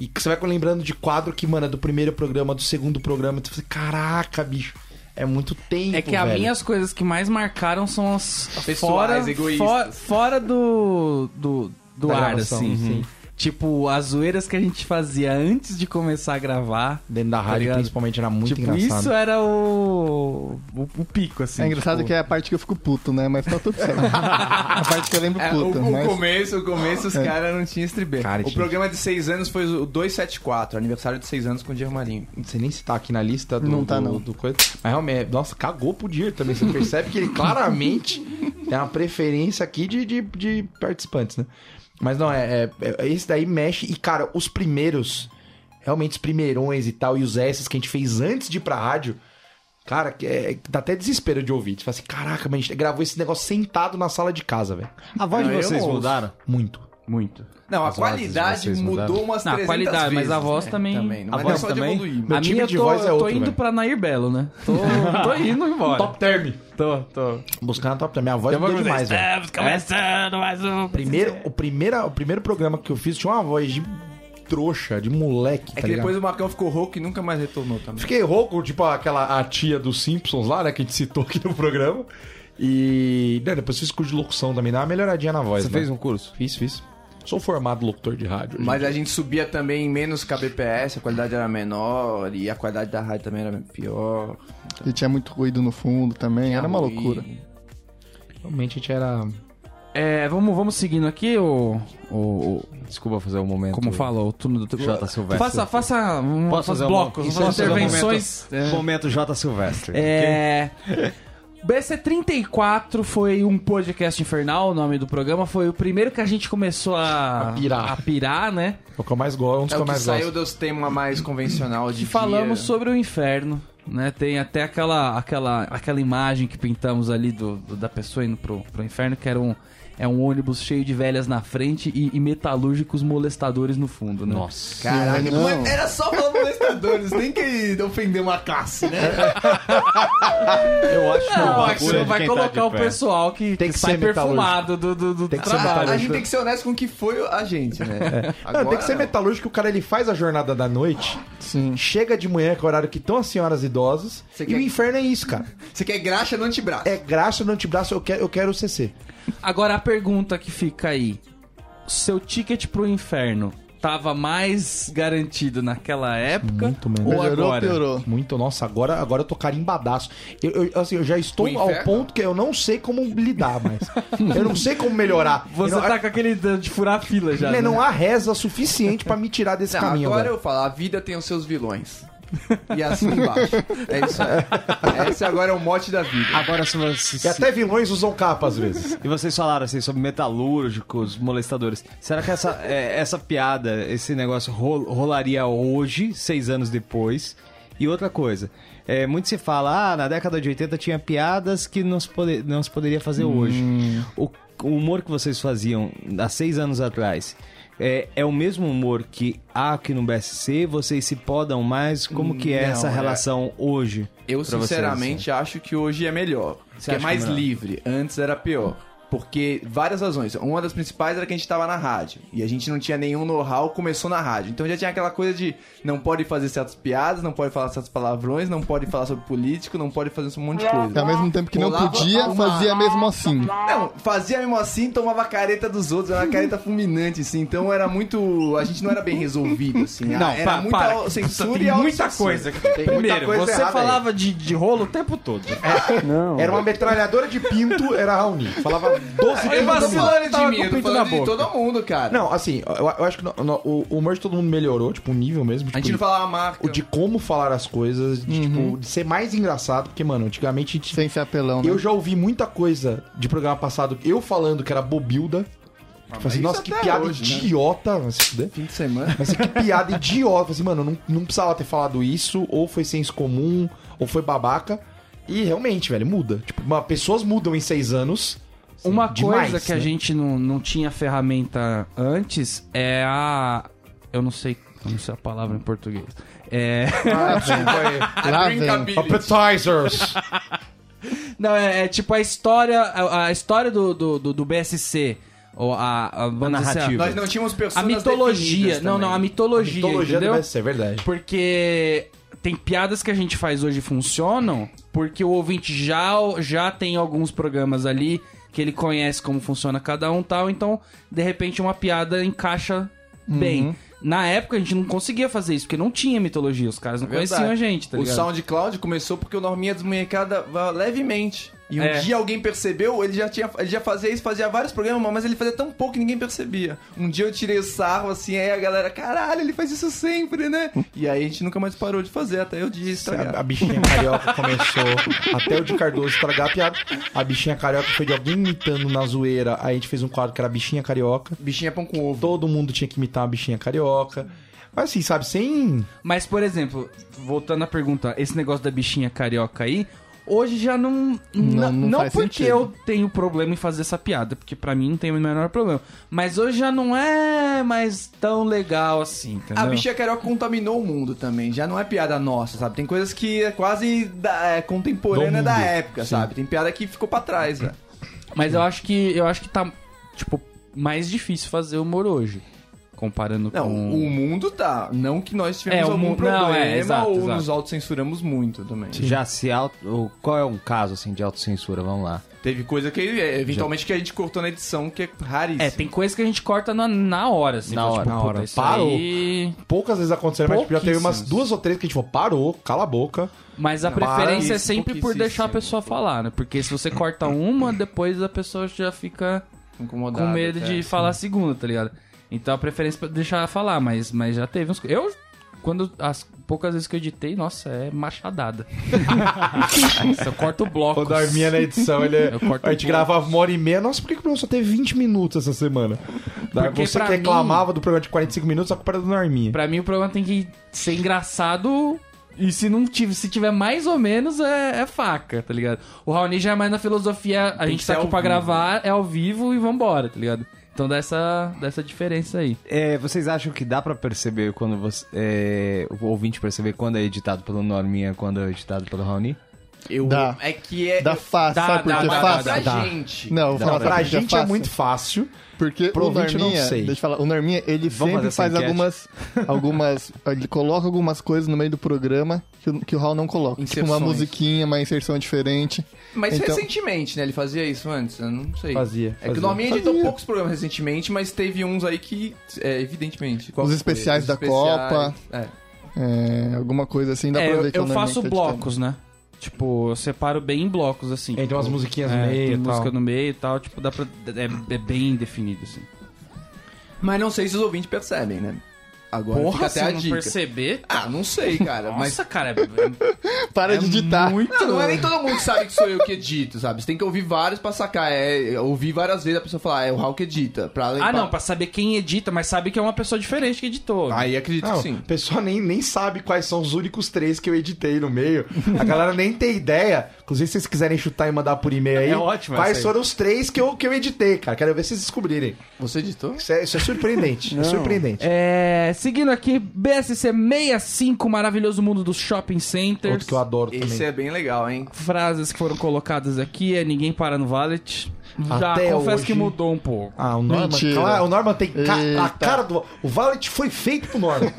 E que você vai lembrando de quadro que, mano, é do primeiro programa, do segundo programa. Tu fala, caraca, bicho. É muito tempo, É que a velho." minha as coisas que mais marcaram são as Pessoais, fora, egoístas. fo- fora do do, do Da ar, gravação, assim. sim. Tipo, as zoeiras que a gente fazia antes de começar a gravar. Dentro da rádio, Tá ligado? principalmente, era muito tipo, engraçado. isso era o, o, o pico, assim. É engraçado tipo, que é a parte que eu fico puto, né? Mas tá [laughs] tudo certo. a parte que eu lembro É, puta, o, o mas... começo, o começo, os caras não tinham estribeiro. É. Cara, é o tinha. programa de 6 anos foi o 274, aniversário de 6 anos com o Diego Marinho. Não sei nem se tá aqui na lista do, Não tá, do- não. do coisa. Mas realmente, nossa, cagou pro Dir também. Você percebe [laughs] que ele claramente tem uma preferência aqui de, de, de participantes, né? Mas não, é, é- é- Esse daí mexe. E, cara, os primeiros. Realmente, os primeirões e tal, e os S's que a gente fez antes de ir pra rádio. Cara, que é- dá até desespero de ouvir. Você fala assim, caraca, mas a gente gravou esse negócio sentado na sala de casa, velho. A voz Não, de eu vocês não ouço. mudaram? Muito. Muito. Não, a É. As vozes qualidade vocês mudou mudaram. umas Não, a 300 qualidade, vezes, mas a voz né? também- não A é voz só também? de evoluir. Meu a time minha de eu tô, voz é eu tô outro, indo velho. pra Nair Belo, né? Tô, tô indo embora. Top term. Tô, tô. Buscar na top term. Minha voz mudou demais, velho. Estamos começando mais um... Primeiro, o, primeira, o primeiro programa que eu fiz tinha uma voz de trouxa, de moleque, É tá que ligado? depois o Marcão ficou rouco e nunca mais retornou também. Fiquei rouco, tipo aquela a tia dos Simpsons lá, né? Que a gente citou aqui no programa. E né, depois fiz curso de locução também, dá uma melhoradinha na voz. Você né? fez um curso? Fiz, fiz. Sou formado locutor de rádio. hoje. Mas a gente subia também em menos kbps, a qualidade era menor e a qualidade da rádio também era pior. E tinha é muito ruído no fundo também. Era uma ruim. loucura. realmente a gente era. É, vamos, vamos seguindo aqui, o, o, o- Desculpa fazer um momento. como fala, o turno do... Jota Silvestre. Faça, faça, um, Posso fazer faça um- blocos, isso, faça posso fazer um intervenções... É. Momento J. Silvestre. É. BC34 foi um podcast infernal, o nome do programa. Foi o primeiro que a gente começou a, A pirar. pirar, né? É o que eu mais gosto, um dos É que o eu que mais saiu gosto. dos temas mais convencional de E falamos dia. sobre o inferno, né? Tem até aquela, aquela, aquela imagem que pintamos ali do, do- da pessoa indo pro, pro inferno, que era um, é um ônibus cheio de velhas na frente e, e metalúrgicos molestadores no fundo, né? Nossa. Caraca, Não. mas era só falar molestadores, tem que ofender uma classe, né? Eu acho Não, você uma loucura não de vai quem tá colocar de o pé. pessoal que, Tem que sai ser metalúrgico. perfumado do, do, do Tem que ser trabalho. a gente tem que ser honesto com o que foi a gente, né? Não, tem que ser não. metalúrgico, o cara ele faz a jornada da noite, Sim. chega de manhã, que é o horário que estão as senhoras idosas, Você e quer- o inferno é isso, cara. Você quer graxa no antebraço. É graça no antebraço, eu quero, eu quero o CC. Agora a pergunta que fica aí: seu ticket pro inferno tava mais garantido naquela época Muito menos. ou Melhorou, agora? piorou. Muito, nossa, agora, agora eu tô carimbadaço. Eu, eu, assim, eu já estou O ao inferno. ponto que eu não sei como lidar mais. eu não sei como melhorar. Você eu não, tá com aquele de furar a fila já. né, né? não há reza suficiente pra me tirar desse Não, caminho. agora velho. eu falo, a vida tem os seus vilões. [laughs] E assim embaixo. É isso [laughs] aí. Esse agora é o mote da vida. Agora, se E vocês, até vilões usam capa às vezes. [laughs] e vocês falaram assim sobre metalúrgicos, molestadores. Será que essa, é, essa piada, esse negócio ro- rolaria hoje, seis anos depois? E outra coisa, é, muito se fala, ah, na década de 80 tinha piadas que não se, pode- não se poderia fazer Hum. hoje. O, o humor que vocês faziam há seis anos atrás é, é o mesmo humor que há aqui no BSC? Vocês se podam mais? Como que é Não, essa é- relação hoje? Eu pra vocês, assim? sinceramente acho que hoje é melhor. Você Que é acha mais que é melhor? livre. Antes era pior. Porque várias razões. Uma das principais era que a gente tava na rádio. E a gente não tinha nenhum know-how, começou na rádio. Então já tinha aquela coisa de não pode fazer certas piadas, não pode falar certos palavrões, não pode falar sobre político, não pode fazer um monte de coisa. E ao mesmo tempo que não Rolava podia, uma- fazia mesmo assim. Não, fazia mesmo assim, tomava a careta dos outros, era [laughs] uma careta fulminante, assim, então era muito. A gente não era bem resolvido, assim. Não, era pa- muita para. censura Tem e muita autocensura. coisa. Tem muita Primeiro, coisa você errada aí. falava de, de rolo o tempo todo. Era uma metralhadora de pinto, era Raoni. Falava [laughs] 12 Ele pintos. vacilou, no ele tava é tava com o com pinto na boca. de todo mundo, cara. Não, assim, eu, eu acho que no- no- o o humor de todo mundo melhorou, tipo, o nível mesmo. a tipo, gente não falava a marca. O de como falar as coisas, de, tipo, de ser mais engraçado, porque, mano, antigamente a gente Sem ser apelão, né? é? Eu já ouvi muita coisa de programa passado, eu falando que era bobilda. Tipo assim, Ah, isso nossa, que até piada hoje, né? idiota. Mas se fuder. Fim de semana. Mas que piada idiota. Assim, mano, não, não precisava ter falado isso, ou foi senso comum, ou foi babaca. E realmente, velho, muda. Tipo, uma- pessoas mudam em seis anos. Uma demais, coisa que a né? gente não, não tinha ferramenta antes é a. Eu não sei. eu não sei a palavra em português. É. [laughs] né? [laughs] Lá vem. Appetizers! Não, é, é tipo a história. A, a história do, do, do, do BSC. Ou a, a, vamos dizer assim, a- narrativa. Nós não tínhamos a, pessoas. né? mitologia. Não, não, a mitologia. Mitologia entendeu? deve ser, verdade. Porque tem piadas que a gente faz hoje e funcionam, porque o ouvinte já, já tem alguns programas ali que ele conhece como funciona cada um e tal, então de repente uma piada encaixa bem. Na época a gente não conseguia fazer isso, porque não tinha mitologia, os caras não conheciam a gente, tá É o ligado? SoundCloud começou porque o Norminha desmunhecava levemente. E um É. dia alguém percebeu, ele já, tinha, ele já fazia isso, fazia vários programas, mas ele fazia tão pouco que ninguém percebia. Um dia eu tirei o sarro assim, aí a galera, caralho, ele faz isso sempre, né? E aí a gente nunca mais parou de fazer, até eu tá dia A, a estragar. bichinha carioca começou [laughs] até o de Cardoso estragar a piada. A bichinha carioca foi de alguém imitando na zoeira. Aí a gente fez um quadro que era a bichinha carioca. Bichinho é pão com ovo. Todo mundo tinha que imitar uma bichinha carioca. Mas assim, sabe, sem. Mas, por exemplo, voltando à pergunta, esse negócio da bichinha carioca aí, hoje já não. Não, não não faz porque sentido. eu tenho problema em fazer essa piada, porque pra mim não tem o menor problema. Mas hoje já não é mais tão legal assim, entendeu? A bichinha carioca contaminou o mundo também. Já não é piada nossa, sabe? Tem coisas que é quase da- é contemporânea Do da mundo, época, sabe? Tem piada que ficou [clears throat] pra trás, velho. Mas eu acho que eu acho que tá, tipo, mais difícil fazer humor hoje. Comparando Não, com. o mundo tá. Não que nós Um É, tivemos o algum mundo- problema não, é, exato, ou exato. nos autocensuramos muito também. Já se auto. Qual é um caso assim de autocensura? Vamos lá. Teve coisa que, é, eventualmente, que a gente cortou na edição, que é raríssimo. É, tem coisa que a gente corta na, na hora, assim. Na fala, hora, tipo, na puta, hora. Isso Parou. aí- Poucas vezes aconteceram, mas tipo, já teve umas Pouquíssimas. duas ou três que a gente falou, parou, cala a boca. Mas a Não, preferência para é isso, sempre por pouquíssimo. deixar a pessoa falar, né? Porque se você corta uma, depois a pessoa já fica Incomodado com medo até. de falar a segunda, tá ligado? Então a preferência é pra deixar ela falar, mas, mas já teve uns. Eu, quando. As poucas vezes que eu editei, nossa, é machadada. [laughs] Nossa, eu corto bloco. O Darminha na edição, ele é- Eu corto a um pouco. gente gravava uma hora e meia. Nossa, por que que o programa só teve 20 minutos essa semana? Dar- Porque Você pra que mim- reclamava do programa de 45 minutos, a culpa era do Darminha. Pra mim o programa tem que ser engraçado. E se não tiver, se tiver mais ou menos, é, é faca, tá ligado? O Raoni já é mais na filosofia, a gente que tá ser aqui ao pra vivo. gravar, é ao vivo e vambora, tá ligado? Então dá essa, dá essa diferença aí. É, vocês acham que dá pra perceber quando você. é, o ouvinte perceber quando é editado pelo Norminha quando é editado pelo Raoni? Eu, Dá. É que é. Dá Né? fácil, Dá, sabe por dá, que é dá, fácil? Pra dá. gente. Não, eu vou Não, falar pra por que gente é fácil. muito fácil. Porque Pro o ouvinte, não Norminha, sei. deixa eu falar, o Norminha, ele Vamos fazer sempre essa faz enquete. algumas, algumas, ele coloca algumas coisas no meio do programa que, o- que o Raul não coloca. Tipo uma Inserções. musiquinha, uma inserção diferente. Mas Então- recentemente, né? Ele fazia isso antes? Eu não sei. Fazia, É que o fazia. Norminha editou Fazia. poucos programas recentemente, mas teve uns aí que, é, evidentemente. qual Os foi? especiais da Copa. É. É, alguma coisa assim, dá É, pra eu, ver que eu o Norminha faço tá blocos, né? Tipo, eu separo bem em blocos, assim. É, tem umas musiquinhas no É, meio tem e tal. música no meio e tal, tipo, dá pra. É, é bem definido, assim. Mas não sei se os ouvintes percebem, né? Agora fica até se a não dica. perceber. Ah, não sei, [laughs] cara. mas Nossa, cara, é- editando. Para de digitar. Não, não é nem todo mundo que sabe que sou eu que edito, sabe? Você tem que ouvir vários pra sacar. É, ouvir várias vezes a pessoa falar, ah, é o Raul que edita. Pra Ah, não, pra saber quem edita, mas sabe que é uma pessoa diferente que editou. Aí acredito Não, que O sim. pessoal nem, nem sabe quais são os únicos três que eu editei no meio. A galera nem tem ideia. Inclusive, se vocês quiserem chutar e mandar por e-mail aí, É ótimo quais essa aí. foram os três que eu, que eu editei, cara. Quero ver se vocês descobrirem. Você editou? Isso é, isso é surpreendente. é surpreendente. É, seguindo aqui, BSC 65, maravilhoso mundo dos shopping centers. Outro que eu adoro também. Esse é bem legal, hein? Frases que foram colocadas aqui é ninguém para no valet. Já Até confesso hoje. que mudou um pouco. Ah, o Norman. Mentira. Claro, o Norman tem ca- a Eita. cara do. O Valet foi feito pro Norman.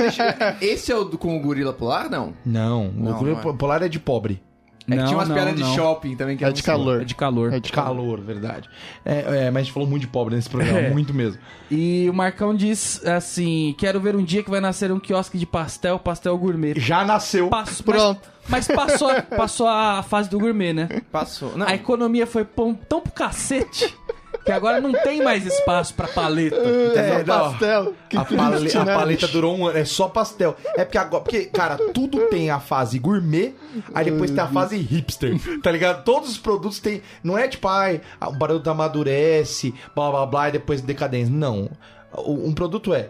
Esse é o do, com o gorila polar, não? não, o Não, Grupo não é. Polar é de pobre. É que Não, tinha umas não, piadas não. de shopping também que É eu de não sei. calor. É de calor. É de calor. Calor, verdade. É, é, mas a gente falou muito de pobre nesse programa, É. muito mesmo. E o Marcão diz assim: quero ver um dia que vai nascer um quiosque de pastel, pastel gourmet. Já [laughs] nasceu. Pas- Pronto. Mas, mas passou, passou a fase do gourmet, né? Passou. Não, A economia foi pão- tão pro cacete que agora não tem mais espaço pra [laughs] paleta. É, É, não. pastel. Que né, A, pale- a Cristina- paleta durou um ano, é só pastel. É porque agora. Porque, cara, tudo tem a fase gourmet, aí depois tem a fase hipster. Tá ligado? Todos os produtos têm. Não é tipo, ai, o produto amadurece, blá blá blá, e depois decadência. Não. O- Um produto é.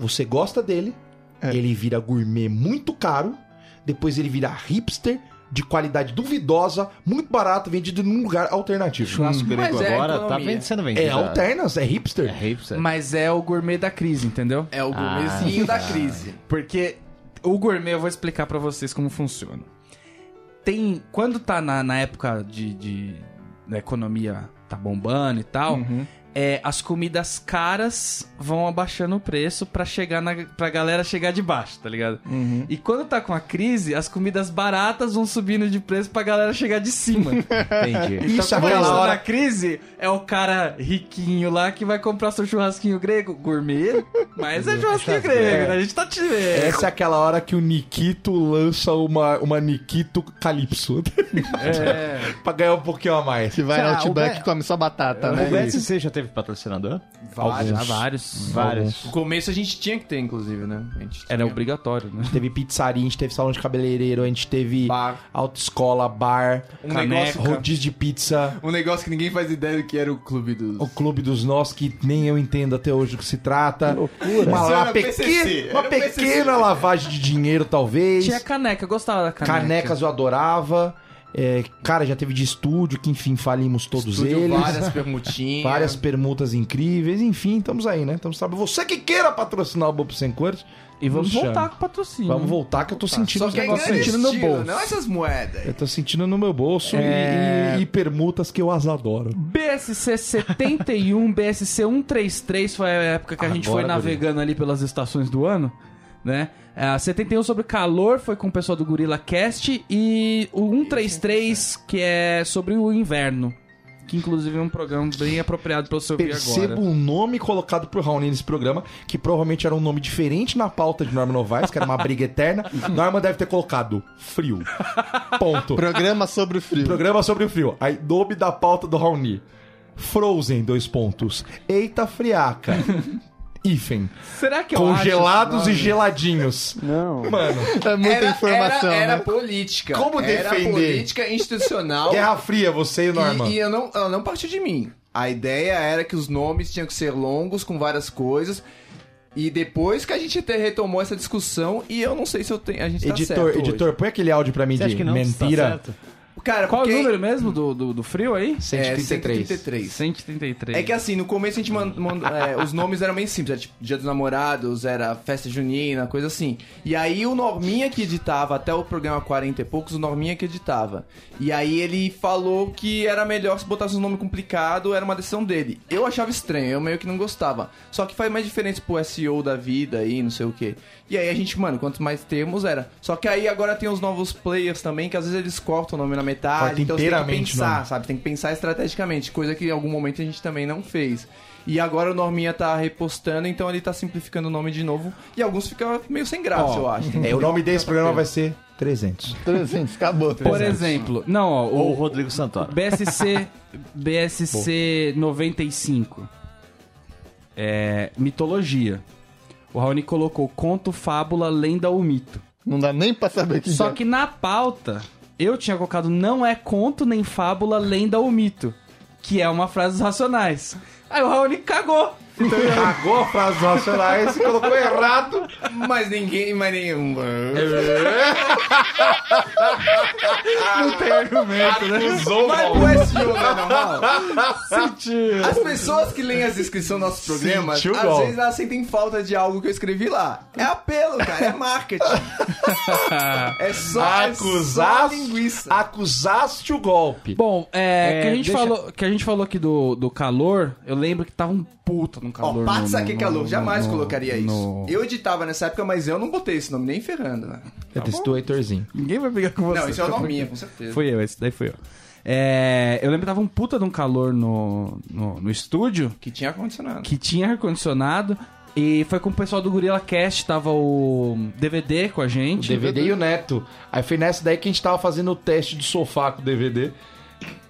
Você gosta dele, ele vira gourmet muito caro, depois ele vira hipster. De qualidade duvidosa, muito barato, vendido num lugar alternativo. Churrasco grego Mas é agora tá economia. vendo- sendo vendido. É alternas, é hipster. É hipster. Mas é o gourmet da crise, entendeu? É o gourmetzinho da crise. Porque o gourmet eu vou explicar pra vocês como funciona. Tem. Quando tá na, na época de, de- da economia tá bombando e tal, é, as comidas caras vão abaixando o preço pra chegar na pra galera chegar de baixo, tá ligado? E quando tá com a crise, as comidas baratas vão subindo de preço pra galera chegar de cima. [laughs] Entendi. Isso, é Quando aquela tá hora na crise, é o cara riquinho lá que vai comprar seu churrasquinho grego, gourmet, mas é churrasquinho grego, né? A gente tá te vendo. Essa é aquela hora que o Nikito lança uma, uma Nikito Calypso. tá É. pra ganhar um pouquinho a mais. Que vai no Ah, o Outback Be- e come só batata, O né? BSC já teve patrocinador? Alguns. vários. Vários. No começo a gente tinha que ter, inclusive, né? A gente tinha. Era obrigatório, né? Teve pizzaria, a gente teve salão de cabeleireiro, a gente teve Bar. autoescola, bar, Um caneco, negócio, cara. rodízio de pizza, Um negócio que ninguém faz ideia do que era o clube dos... o clube dos nós, que nem eu entendo até hoje o que se trata. Uma, Isso é era uma, PCC, pequena, uma era PCC. pequena lavagem de dinheiro, talvez. Tinha caneca, eu gostava da caneca. Canecas eu adorava. É, cara, já teve de estúdio, que enfim, falimos todos Estúdio eles. várias permutinhas. Várias permutas incríveis, enfim, estamos aí, né? Estamos sabendo. Você que queira patrocinar o Bobo Sem Cores, E vamos Nos voltar chama. com o patrocínio. vamos voltar que eu tô sentindo Só os que é negócios grande sentindo no meu estilo, né? é- bolso. não essas moedas. Eu tô sentindo no meu bolso e- É. e, e permutas que eu as adoro. BSC 71, BSC 133 foi a época que a gente foi Agora, navegando ali pelas estações do ano, né? A 71 sobre calor foi com o pessoal do Gorilla Cast e o 133 que é sobre o inverno, que inclusive é um programa bem apropriado para você ouvir Percebo agora. o nome colocado pro Raoni nesse programa, que provavelmente era um nome diferente na pauta de Norma Novaes, que era uma briga [laughs] eterna. Norma deve ter colocado frio. Ponto. Programa sobre o frio. Programa sobre o frio. Aí, nome da pauta do Raoni. Frozen, dois pontos. Eita [laughs] friaca. Hífen. Será que eu Congelados e geladinhos. Não. Mano, É muita era, informação, era, era né? política. Como era defender? política [laughs] institucional. Guerra Fria, você e Norman. E, e eu não, ela não partiu de mim. A ideia era que os nomes tinham que ser longos, com várias coisas. E depois que a gente até retomou essa discussão, e eu não sei se eu tenho, a gente tá Editor, certo editor, põe aquele áudio pra mim Você de acha que não? Tá mentira. certo? hoje. Cara, Qual porque... o número mesmo do, do, do frio aí? É, 133. 133. 133. É que assim, no começo a gente mandou. os nomes eram bem simples, era tipo Dia dos Namorados, era Festa Junina, coisa assim. E aí o Norminha que editava, até o programa 40 e poucos, o Norminha que editava. E aí ele falou que era melhor se botasse um nome complicado, era uma decisão dele. Eu achava estranho, eu meio que não gostava. Só que faz mais diferença pro SEO da vida aí, não sei o quê. E aí a gente, mano, quanto mais termos era. Só que aí agora tem os novos players também, que às vezes eles cortam o nome na metade, Corta então você tem que inteiramente o nome. pensar sabe? Tem que pensar estrategicamente, coisa que em algum momento a gente também não fez. E agora o Norminha tá repostando, então ele tá simplificando o nome de novo. E alguns ficam meio sem graça, eu acho. É, o nome desse programa vai ser 300. 300, assim, acabou. Por exemplo, não, ó, Ou o o Rodrigo Santoro. [laughs] BSC, BSC 95. É, mitologia. O Raoni colocou conto, fábula, lenda ou mito. Não dá nem pra saber que Só dia. que na pauta, eu tinha colocado não é conto, nem fábula, lenda ou mito. Que é uma frase dos racionais. Aí o Raoni cagou. Cagou a frase dos racionais e colocou errado. Mas ninguém, mas É, nenhum. Acusou, Mas um o SEO não é normal? As pessoas que leem as inscrições dos nossos programas, Sentiu às gol. vezes elas sentem falta de algo que eu escrevi lá. É apelo, cara, [laughs] é marketing. é só, é só Acusaste, linguiça. acusaste o golpe. Bom, é, É, que, a gente deixa- falou, que a gente falou aqui do, do calor, eu lembro que tava um puto no Ó, calor. no- Patsa que é no- calor, no- jamais no- colocaria isso. no- Eu editava nessa época, mas eu não botei esse nome, nem ferrando, né? Eu testei o É Heitorzinho. Ninguém vai brigar com você. Não, isso é o Norminha, com certeza. Foi eu, esse daí foi eu. É, eu lembro que tava um puta de um calor no, no, no estúdio, Que tinha ar-condicionado. que tinha ar-condicionado, e foi com o pessoal do Gorilla Cast, tava o DVD com a O gente. DVD e o Neto. Aí foi nessa daí que a gente tava fazendo o teste do sofá com o DVD.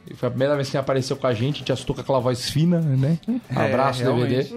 E foi a primeira vez que ele apareceu com a gente, a gente assustou com aquela voz fina, né? Abraço, DVD.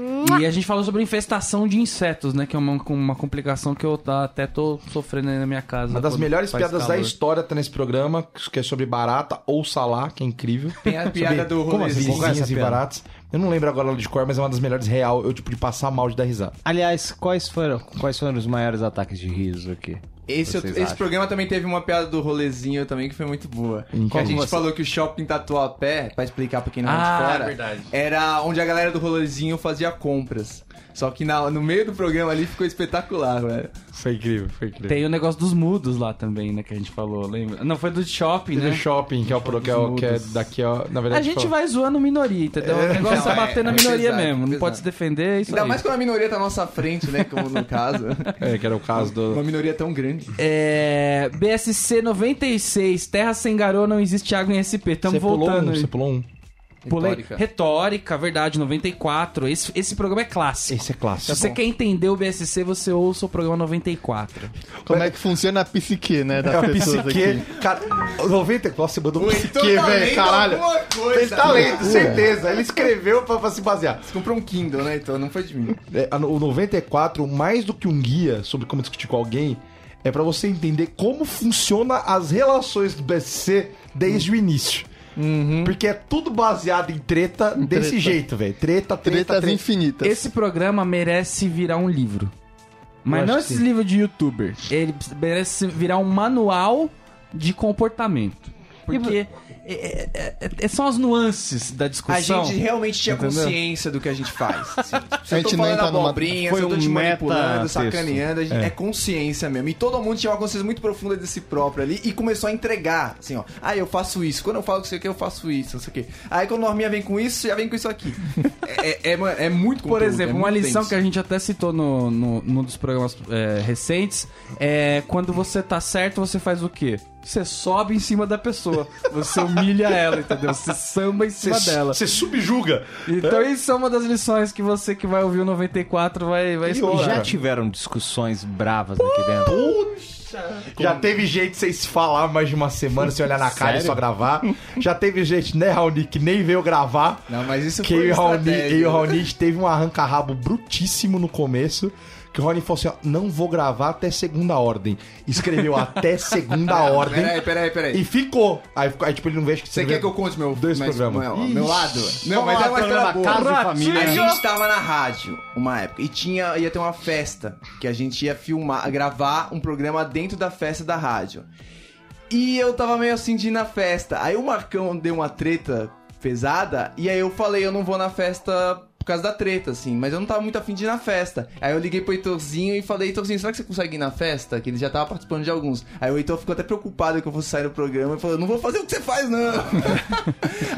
E a gente falou sobre infestação de insetos, né? Que é uma, uma complicação que eu tá- até tô sofrendo aí na minha casa. Uma das quando melhores faz piadas da calor. história tá nesse programa, que é sobre barata ou salá, que é incrível. Tem a piada do Como assim, Qual rolezinho. é essa vizinhas e piada? baratas. Eu não lembro agora ela de cor, mas é uma das melhores real. Eu, tipo, de passar mal de dar risada. Aliás, quais foram, quais foram os maiores ataques de riso aqui? Esse, Vocês esse acham? programa também teve uma piada do rolezinho também que foi muito boa. Que a gente falou que o shopping Tatuapé, pra explicar pra quem não é Ah, de fora, é verdade. era onde a galera do rolezinho fazia compras. Só que na- no meio do programa ali ficou espetacular, velho. Foi incrível, foi incrível. Tem o negócio dos mudos lá também, né? Que a gente falou, lembra? Não, foi do shopping, Teve o né? shopping, que é o pro, que é, o- que é daqui, ó. Na verdade, tipo, A gente foi- vai zoando minoria, entendeu? O negócio Não, é, tipo, é- bater na é minoria pesado, mesmo. Não pesado. pode se defender, é isso Ainda aí. mais quando a minoria tá à nossa frente, né? Como no caso. É, que era o caso do. Uma minoria tão grande. É, BSC 96, Terra Sem Garoa, não existe água em SP. Estamos voltando. pulou um, aí. você pulou um. Pulei. Retórica. Retórica, verdade, 94. Esse, esse programa é clássico. Esse Se é clássico. você quer entender o BSC, você ouça o programa Tá 94. Como é que funciona a psique, né, das É o pessoas psique. aqui. Cara, o 90 Nossa, você mandou um Então psique, tá velho. lendo Caralho. alguma coisa. Ele tá lendo, certeza. Ele escreveu pra, pra se basear. Você comprou um Kindle, né? Então não foi de mim. É, a no- o 94, mais do que um guia sobre como discutir com alguém, é pra você entender como funciona as relações do BSC desde o início. Porque é tudo baseado em treta desse treta. jeito, velho. Treta, treta, Tretas treta. infinitas. Esse programa merece virar um livro. Mas acho não que esse sim. livro de youtuber. Ele merece virar um manual de comportamento. Porque é- é- é- é- são as nuances da A discussão. gente realmente tinha consciência do que a gente faz. assim. Se A eu tô gente nem falando tá numa- abobrinha, foi se eu tô um te manipulando, meta-texto. sacaneando, a gente- é. consciência mesmo. E todo mundo tinha uma consciência muito profunda de si próprio ali e começou a entregar. Assim, ó. Ah, eu faço isso. Quando eu falo que sei o que, eu faço isso, não sei o que. Aí quando a Norminha vem com isso, já vem com isso aqui. É, é, é, mano, é muito Por exemplo, uma lição que a gente até citou no, no, num dos programas é, recentes é quando você tá certo, você faz o quê? Você sobe em cima da pessoa. Você humilha ela, entendeu? Você samba em cima dela. Você subjuga. Então isso é uma das lições que você que vai ouvir o 94 vai, É vai E escutar. já tiveram discussões bravas aqui dentro? Já teve jeito de vocês falar mais de uma semana sem olhar na cara e Sério? só gravar. Já teve gente, né, Raoni, que nem veio gravar. Não, mas isso Que foi eu e o Raoni, estratégia. eu e o Raoni teve um arranca-rabo brutíssimo no começo. Que o Raoni falou assim: ó, não vou gravar até segunda ordem. Escreveu até segunda ordem. [laughs] Peraí, peraí, peraí. E ficou. Aí, ficou- aí, tipo, ele não vejo que Você quer que eu conte meu, Dois mais- programas. meu, Ih, meu lado? Não, vamos mas lá, é uma programa história boa. Casa e Ratinho. Família. A gente tava na rádio uma época e tinha, ia ter uma festa que a gente ia filmar, gravar um programa dentro da festa da rádio. E eu tava meio assim de ir na festa. Aí o Marcão deu uma treta pesada. E aí eu falei, eu não vou na festa por causa da treta, assim. Mas eu não tava muito afim de ir na festa. Aí eu liguei pro Heitorzinho e falei, Heitorzinho, será que você consegue ir na festa? Que ele já tava participando de alguns. Aí o Heitor ficou até preocupado que eu fosse sair do programa e falou, eu não vou fazer o que você faz, não.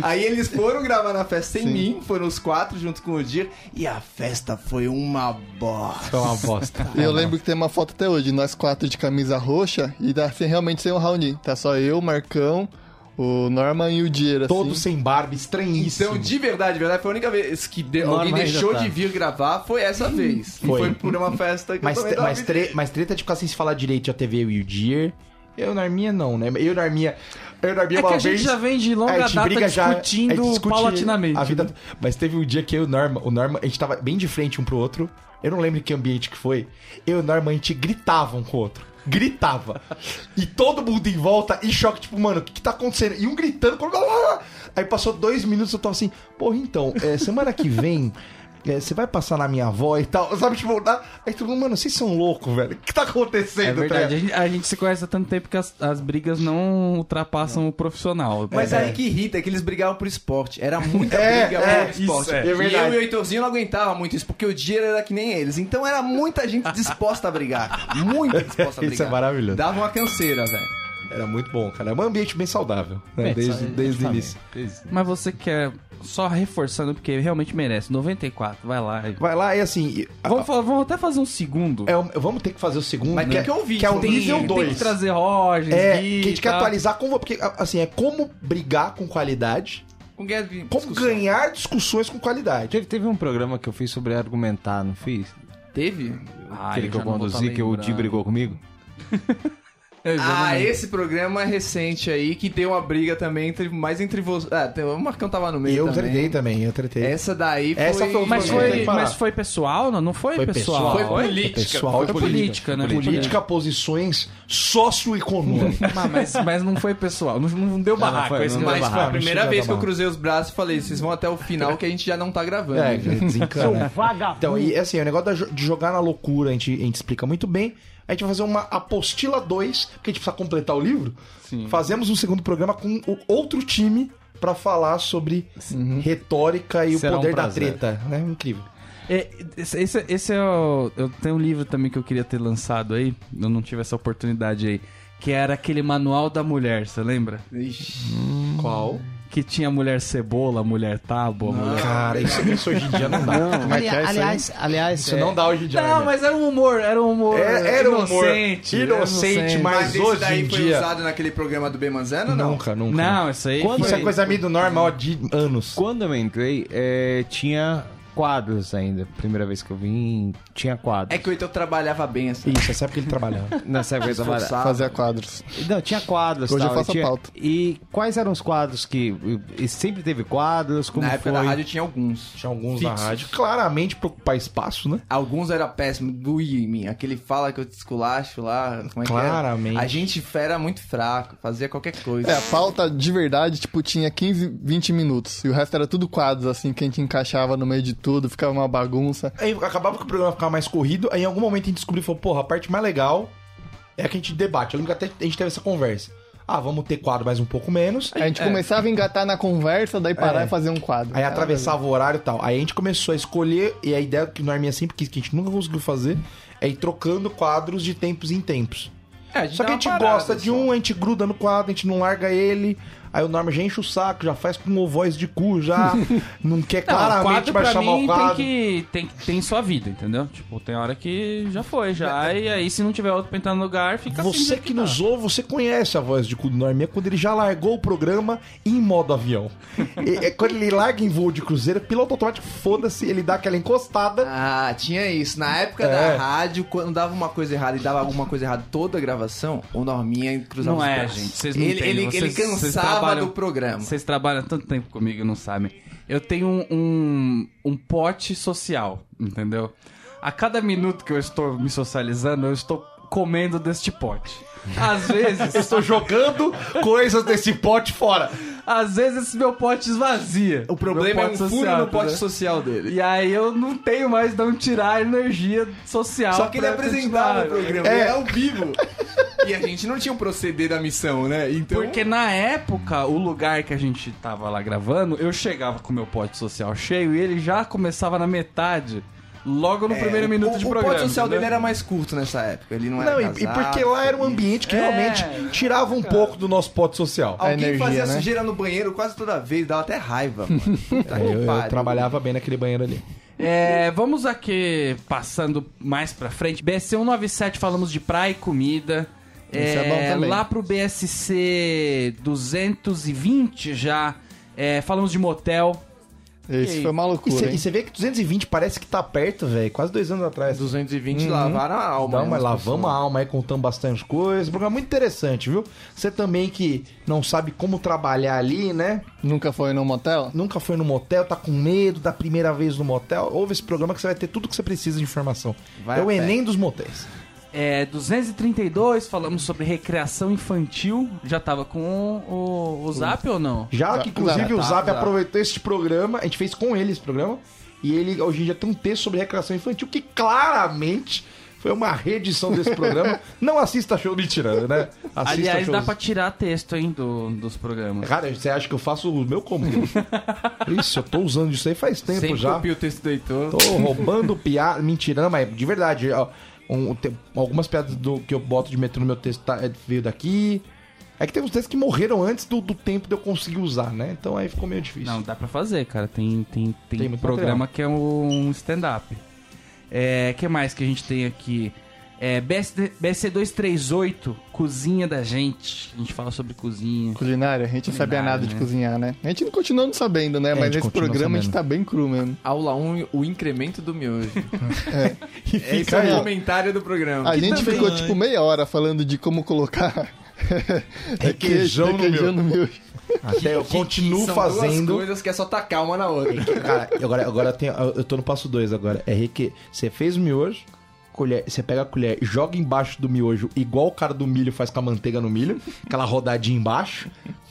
aí eles foram gravar na festa sem mim, foram os quatro junto com o Dir. E a festa foi uma bosta. Foi uma tá bosta. E eu lembro que tem uma foto até hoje, nós quatro de camisa roxa e dá sem- realmente sem o Raoni. Tá só eu, o Marcão, o Norman e o Dier, assim. Todo sem barba, estranhíssimo. Então, de verdade, de verdade, foi a única vez que de- Norma alguém ainda deixou tá. de vir gravar foi essa vez. E Foi. foi por uma festa que Mas, eu também tre- tava mas, me- tre- mas treta é de ficar sem se falar direito a TV e o Dear. Eu na Arminha não, né? Eu na Arminha. Eu na Arminha É que uma a gente vez- já vem de longa É, a gente data briga já, a discutindo gente discute paulatinamente. né? A vida... Mas teve um dia que eu e o Norma, o Norma, a gente tava bem de frente um pro outro. Eu não lembro que ambiente que foi. Eu e o Norma, a gente gritava um com o outro. Gritava. E todo mundo em volta em choque, tipo, mano, o que, que tá acontecendo? E um gritando. blá, blá, blá. Aí passou dois minutos, eu tava assim, porra, então, é, semana que vem. é, Você vai passar na minha avó e tal, sabe? Tipo, na... aí todo mundo, mano, vocês são loucos, velho. O que tá acontecendo, É verdade, tá a gente, a gente se conhece há tanto tempo que as, as brigas não ultrapassam o profissional. Mas aí que irrita é que eles brigavam por esporte. Era muita É, briga é, por esporte. isso, é. É e verdade. eu e o Heitorzinho não aguentava muito isso, porque o dia era que nem eles. Então era muita gente disposta a brigar. Muito disposta a [laughs] brigar. Isso é maravilhoso. Dava uma canseira, velho. Era muito bom, cara. É um ambiente bem saudável, É, né? Desde, desde o início. Mas você quer, só reforçando, porque realmente merece, 94, vai lá. Vai lá e assim. e- Vamos, fa- vamos até fazer um segundo. É, o- vamos ter que fazer o segundo. Mas né? tem que ouvir, é o tem- nível tem, tem que 2. trazer Rogers, Gui tá? É, que a gente quer e tal. atualizar como. Porque, a- assim, é como brigar com qualidade, Com Gavin. como ganhar discussões com qualidade. Teve, teve um programa que eu fiz sobre argumentar, não fiz? Teve? Ah, Aquele eu que eu já não vou conduzi, tá que o Di lembrando. brigou comigo? Eu já não Ah, lembro. esse programa recente aí que deu uma briga também, entre, mais entre vocês. Ah, tem- o Marcão tava no meio. Eu também. É tretei também, eu tretei. É Essa daí foi. Essa foi o Mas Tem foi, que parar. mas foi pessoal? Não, não foi, Foi pessoal. pessoal. Foi política. Pessoal, Foi política, né? Política, posições socioeconômicas. Ah, mas, mas não foi pessoal. Não, não deu barraco. foi, esse não deu mais Mas foi a barraco. primeira Chega vez da que eu barra. cruzei os braços e falei, vocês vão até o final que a gente já não tá gravando. É, [laughs] desencana. Então, e assim, o negócio da jo- de jogar na loucura, a gente, a gente explica muito bem. A gente vai fazer uma apostila 2, porque a gente precisa completar o livro. Fazemos um segundo programa com o outro time pra falar sobre Uhum. retórica e Será o um poder da prazer. treta. Né? Incrível. É, esse, esse- esse é o. Eu tenho um livro também que eu queria ter lançado aí, eu não tive essa oportunidade aí. Que era aquele manual da mulher, você lembra? Qual? Que tinha mulher cebola, mulher tábua, mulher. Cara, isso, isso hoje em dia não dá. é Ali- é aliás, aliás, Isso é, não dá hoje em dia. né, Não, mas era um humor, era um humor. É, era um humor inocente, era inocente, mas- Mas esse hoje daí em foi dia- usado naquele programa do B Manzano velho? ou não? Nunca, nunca. Não, isso aí. Quando- Isso foi- é coisa meio do normal de anos. Quando eu entrei, é, tinha quadros ainda. Primeira vez que eu vim, tinha É quadros. que o Heitor trabalhava bem assim. Isso, essa época ele trabalhava. Nessa [laughs] época eu trabalhava. Fazia quadros. Não, tinha quadros. Hoje eu tal, faço a tinha- pauta. E quais eram os quadros que... e sempre teve quadros, como Na época foi? da rádio tinha alguns. Tinha alguns na rádio. Claramente pra ocupar espaço, né? Alguns era péssimo do Imi, aquele fala que eu te esculacho lá, como é que Claramente. era? A gente era muito fraco, fazia qualquer coisa. É, a pauta de verdade, tipo, tinha 15, 20 minutos. E o resto era tudo quadros, assim, que a gente encaixava no meio de tudo, ficava uma bagunça. Aí acabava que o programa ficava mais corrido, aí em algum momento a gente descobriu e falou, porra, a parte mais legal é a que a gente debate. Eu lembro que até a gente teve essa conversa. Ah, vamos ter quadro mais um pouco menos. A gente começava a engatar na conversa, daí parar É. e fazer um quadro. Aí atravessava o horário e tal. Aí a gente começou a escolher, e a ideia que o Norminha sempre quis, que a gente nunca conseguiu fazer, é ir trocando quadros de tempos em tempos. É, Só que a dava gente uma parada gosta de só. um, a gente gruda no quadro, a gente não larga ele. Aí o Norma já enche o saco, já faz com o voz de cu, [laughs] já não quer Não, claramente o quadro pra baixar mim o Tem, quadro. que, tem, tem sua vida, entendeu? Tipo, tem hora que já foi, já. E aí, se não tiver outro pra entrar no lugar, fica assim. do É. Você jeito que tá. nos ouve, você conhece a voz de Cu do Norminha quando ele já largou o programa em modo [laughs] avião. E- é quando ele larga em voo de cruzeiro, piloto automático, foda-se, ele dá aquela encostada. Ah, tinha isso. Na época É. da rádio, quando dava uma coisa errada e dava alguma coisa errada toda a gravação, o Norminha cruzava Não os é, braços. gente, vocês não ele, entendem, ele, ele vocês- vocês cansava trabalham- do né, programa. Vocês trabalham tanto tempo comigo e não sabem. Eu tenho um, um, um pote social, entendeu? A cada minuto que eu estou me socializando, eu estou comendo deste pote. [laughs] Às Eu vezes, estou jogando coisas desse pote fora. às vezes esse meu pote esvazia. O problema é Meu pote um furo social, no pote entendeu? social dele. E aí eu não tenho mais de onde tirar a energia social. Só que ele pra apresentava o continuar. programa, É. ele era ao vivo. E a gente não tinha o proceder da missão, né? Então. Porque na época, o lugar que a gente tava lá gravando, eu chegava com o meu pote social cheio e ele já começava na metade, logo no primeiro É, minuto o, de O programa. pote social né? dele era mais curto nessa época. Ele não era. Não, e, e casado, porque lá era um ambiente que É, realmente tirava um pouco do nosso pote social. É, Alguém energia, fazia né? sujeira no banheiro quase toda vez, dava até raiva, [laughs] mano. Puta que É, Eu, eu pariu. trabalhava bem naquele banheiro ali. É, vamos aqui passando mais pra frente. BSC 197 falamos de praia e comida. Isso é bom também. Lá pro BSC 220 já é, falamos de motel. Esse foi uma E loucura, hein? você vê que 220 parece que tá perto, velho. Quase dois anos atrás. 220 lavaram a alma. Uhum. Não, né, mas das lavamos pessoas. a alma aí, contamos bastante coisa. Programa muito interessante, viu? Você também que não sabe como trabalhar ali, né? Nunca foi num motel? Nunca foi no motel, tá com medo da primeira vez no motel. Ouve esse programa que você vai ter tudo que você precisa de informação. Vai é o a pé. Enem dos motéis. É, 232 falamos sobre recreação infantil. Já tava com o, o Zap ou não? Já que, inclusive, Tá, o Zap tá. aproveitou este programa, a gente fez com ele esse programa, e ele hoje em dia tem um texto sobre recreação infantil que claramente foi uma reedição desse programa. Não assista show me tirando, né? Assista Aliás, shows. dá pra tirar texto, hein, do- dos programas. Cara, você acha que eu faço o meu como? Isso, eu tô usando isso aí faz tempo Sempre já. copia o texto do Heitor. Tô roubando piada. Mentira, não, mas de verdade. ó, um- tem algumas piadas do, que eu boto de metrô no meu texto tá- é, veio daqui. É que tem uns textos que morreram antes do, do tempo de eu conseguir usar, né? Então aí ficou meio difícil. Não, dá pra fazer, cara. Tem, tem, tem, Tem muito programa que é um stand-up. É, que mais que a gente tem aqui? É, BSD BSC238, Cozinha da Gente. A gente fala sobre cozinha. Culinária, a gente não sabia Culinária, nada de né? cozinhar, né? A gente não continua não sabendo, né? a Mas gente nesse continua programa a gente sabendo. tá bem cru mesmo. Aula 1, o incremento do miojo. E Esse fica [laughs] é aí, o ó. comentário do programa. A Que gente também- ficou tipo meia hora falando de como colocar Requeijão no requeijão no meu. Até eu continuo né? São fazendo. duas coisas que é só tacar uma na outra. É Cara, agora, agora tem, eu tô no passo 2 agora. É reque... Você fez o miojo, colher, você pega a colher, joga embaixo do miojo, igual o cara do milho faz com a manteiga no milho, aquela rodadinha embaixo.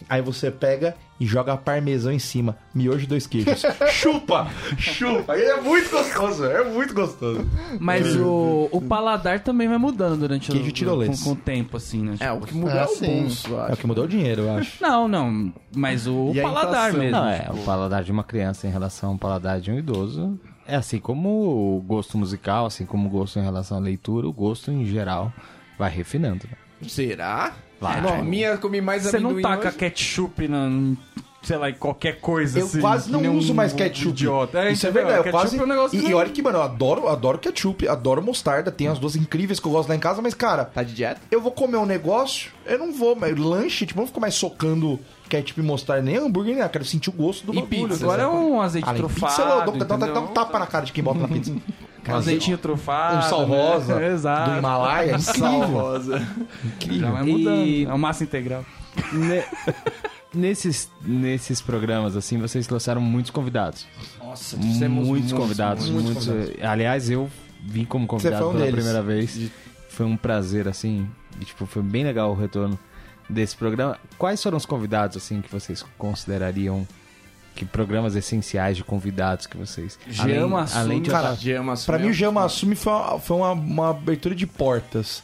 Aí você pega e joga parmesão em cima. Miojo e dois queijos. chupa! Chupa! É muito gostoso, é muito gostoso. Mas o, o paladar também vai mudando durante É. Queijo o, com, tirolense. com o tempo, assim, né? É, o que mudou Ah, é o sim. bolso, eu É o acho. que mudou o dinheiro, eu acho. Não, não. Mas o E a paladar inflação? mesmo. Não, é, o paladar de uma criança em relação ao paladar de um idoso. É assim como o gosto musical, assim como o gosto em relação à leitura, o gosto em geral vai refinando. [laughs] né? Será? Vai. Não, a minha comi mais Você não amendoim taca hoje. ketchup na. Sei lá, em qualquer coisa Eu assim. quase não que nem um- uso mais um ketchup. Idiota. É, Isso é entendeu? verdade. Eu Ketchup quase... é um negócio e, que- e olha que, mano, eu adoro, adoro ketchup, adoro mostarda. Tem as duas incríveis que eu gosto lá em casa, mas, cara, Tá de dieta? eu vou comer um negócio, eu não vou, mas lanche, tipo, eu não fico mais socando ketchup e mostarda, nem hambúrguer, nem nada. Quero sentir o gosto do E bagulho. pizza, Agora é um azeite Além de trufado. pizza, eu dou, dou- dou- dou um entendeu? tapa na cara de quem bota na pizza. Um azeitinho trufado. Um sal né? [laughs] rosa Exato. do Himalaia. Sal Incrível. rosa. Já vai E- mudando. É uma massa integral. Ne- [laughs] nesses, nesses programas, assim, vocês trouxeram muitos convidados. Nossa, muitos, convidados. muitos- muitos, muitos Aliás, eu vim como convidado foi um pela deles. primeira vez. Foi um prazer, assim. e, tipo, foi bem legal o retorno desse programa. Quais foram os convidados, assim, que vocês considerariam que programas essenciais de convidados que vocês... Jean Massum, de- cara, Gemas, Pra mim, o Jean Massumi foi, uma, foi uma- uma abertura de portas.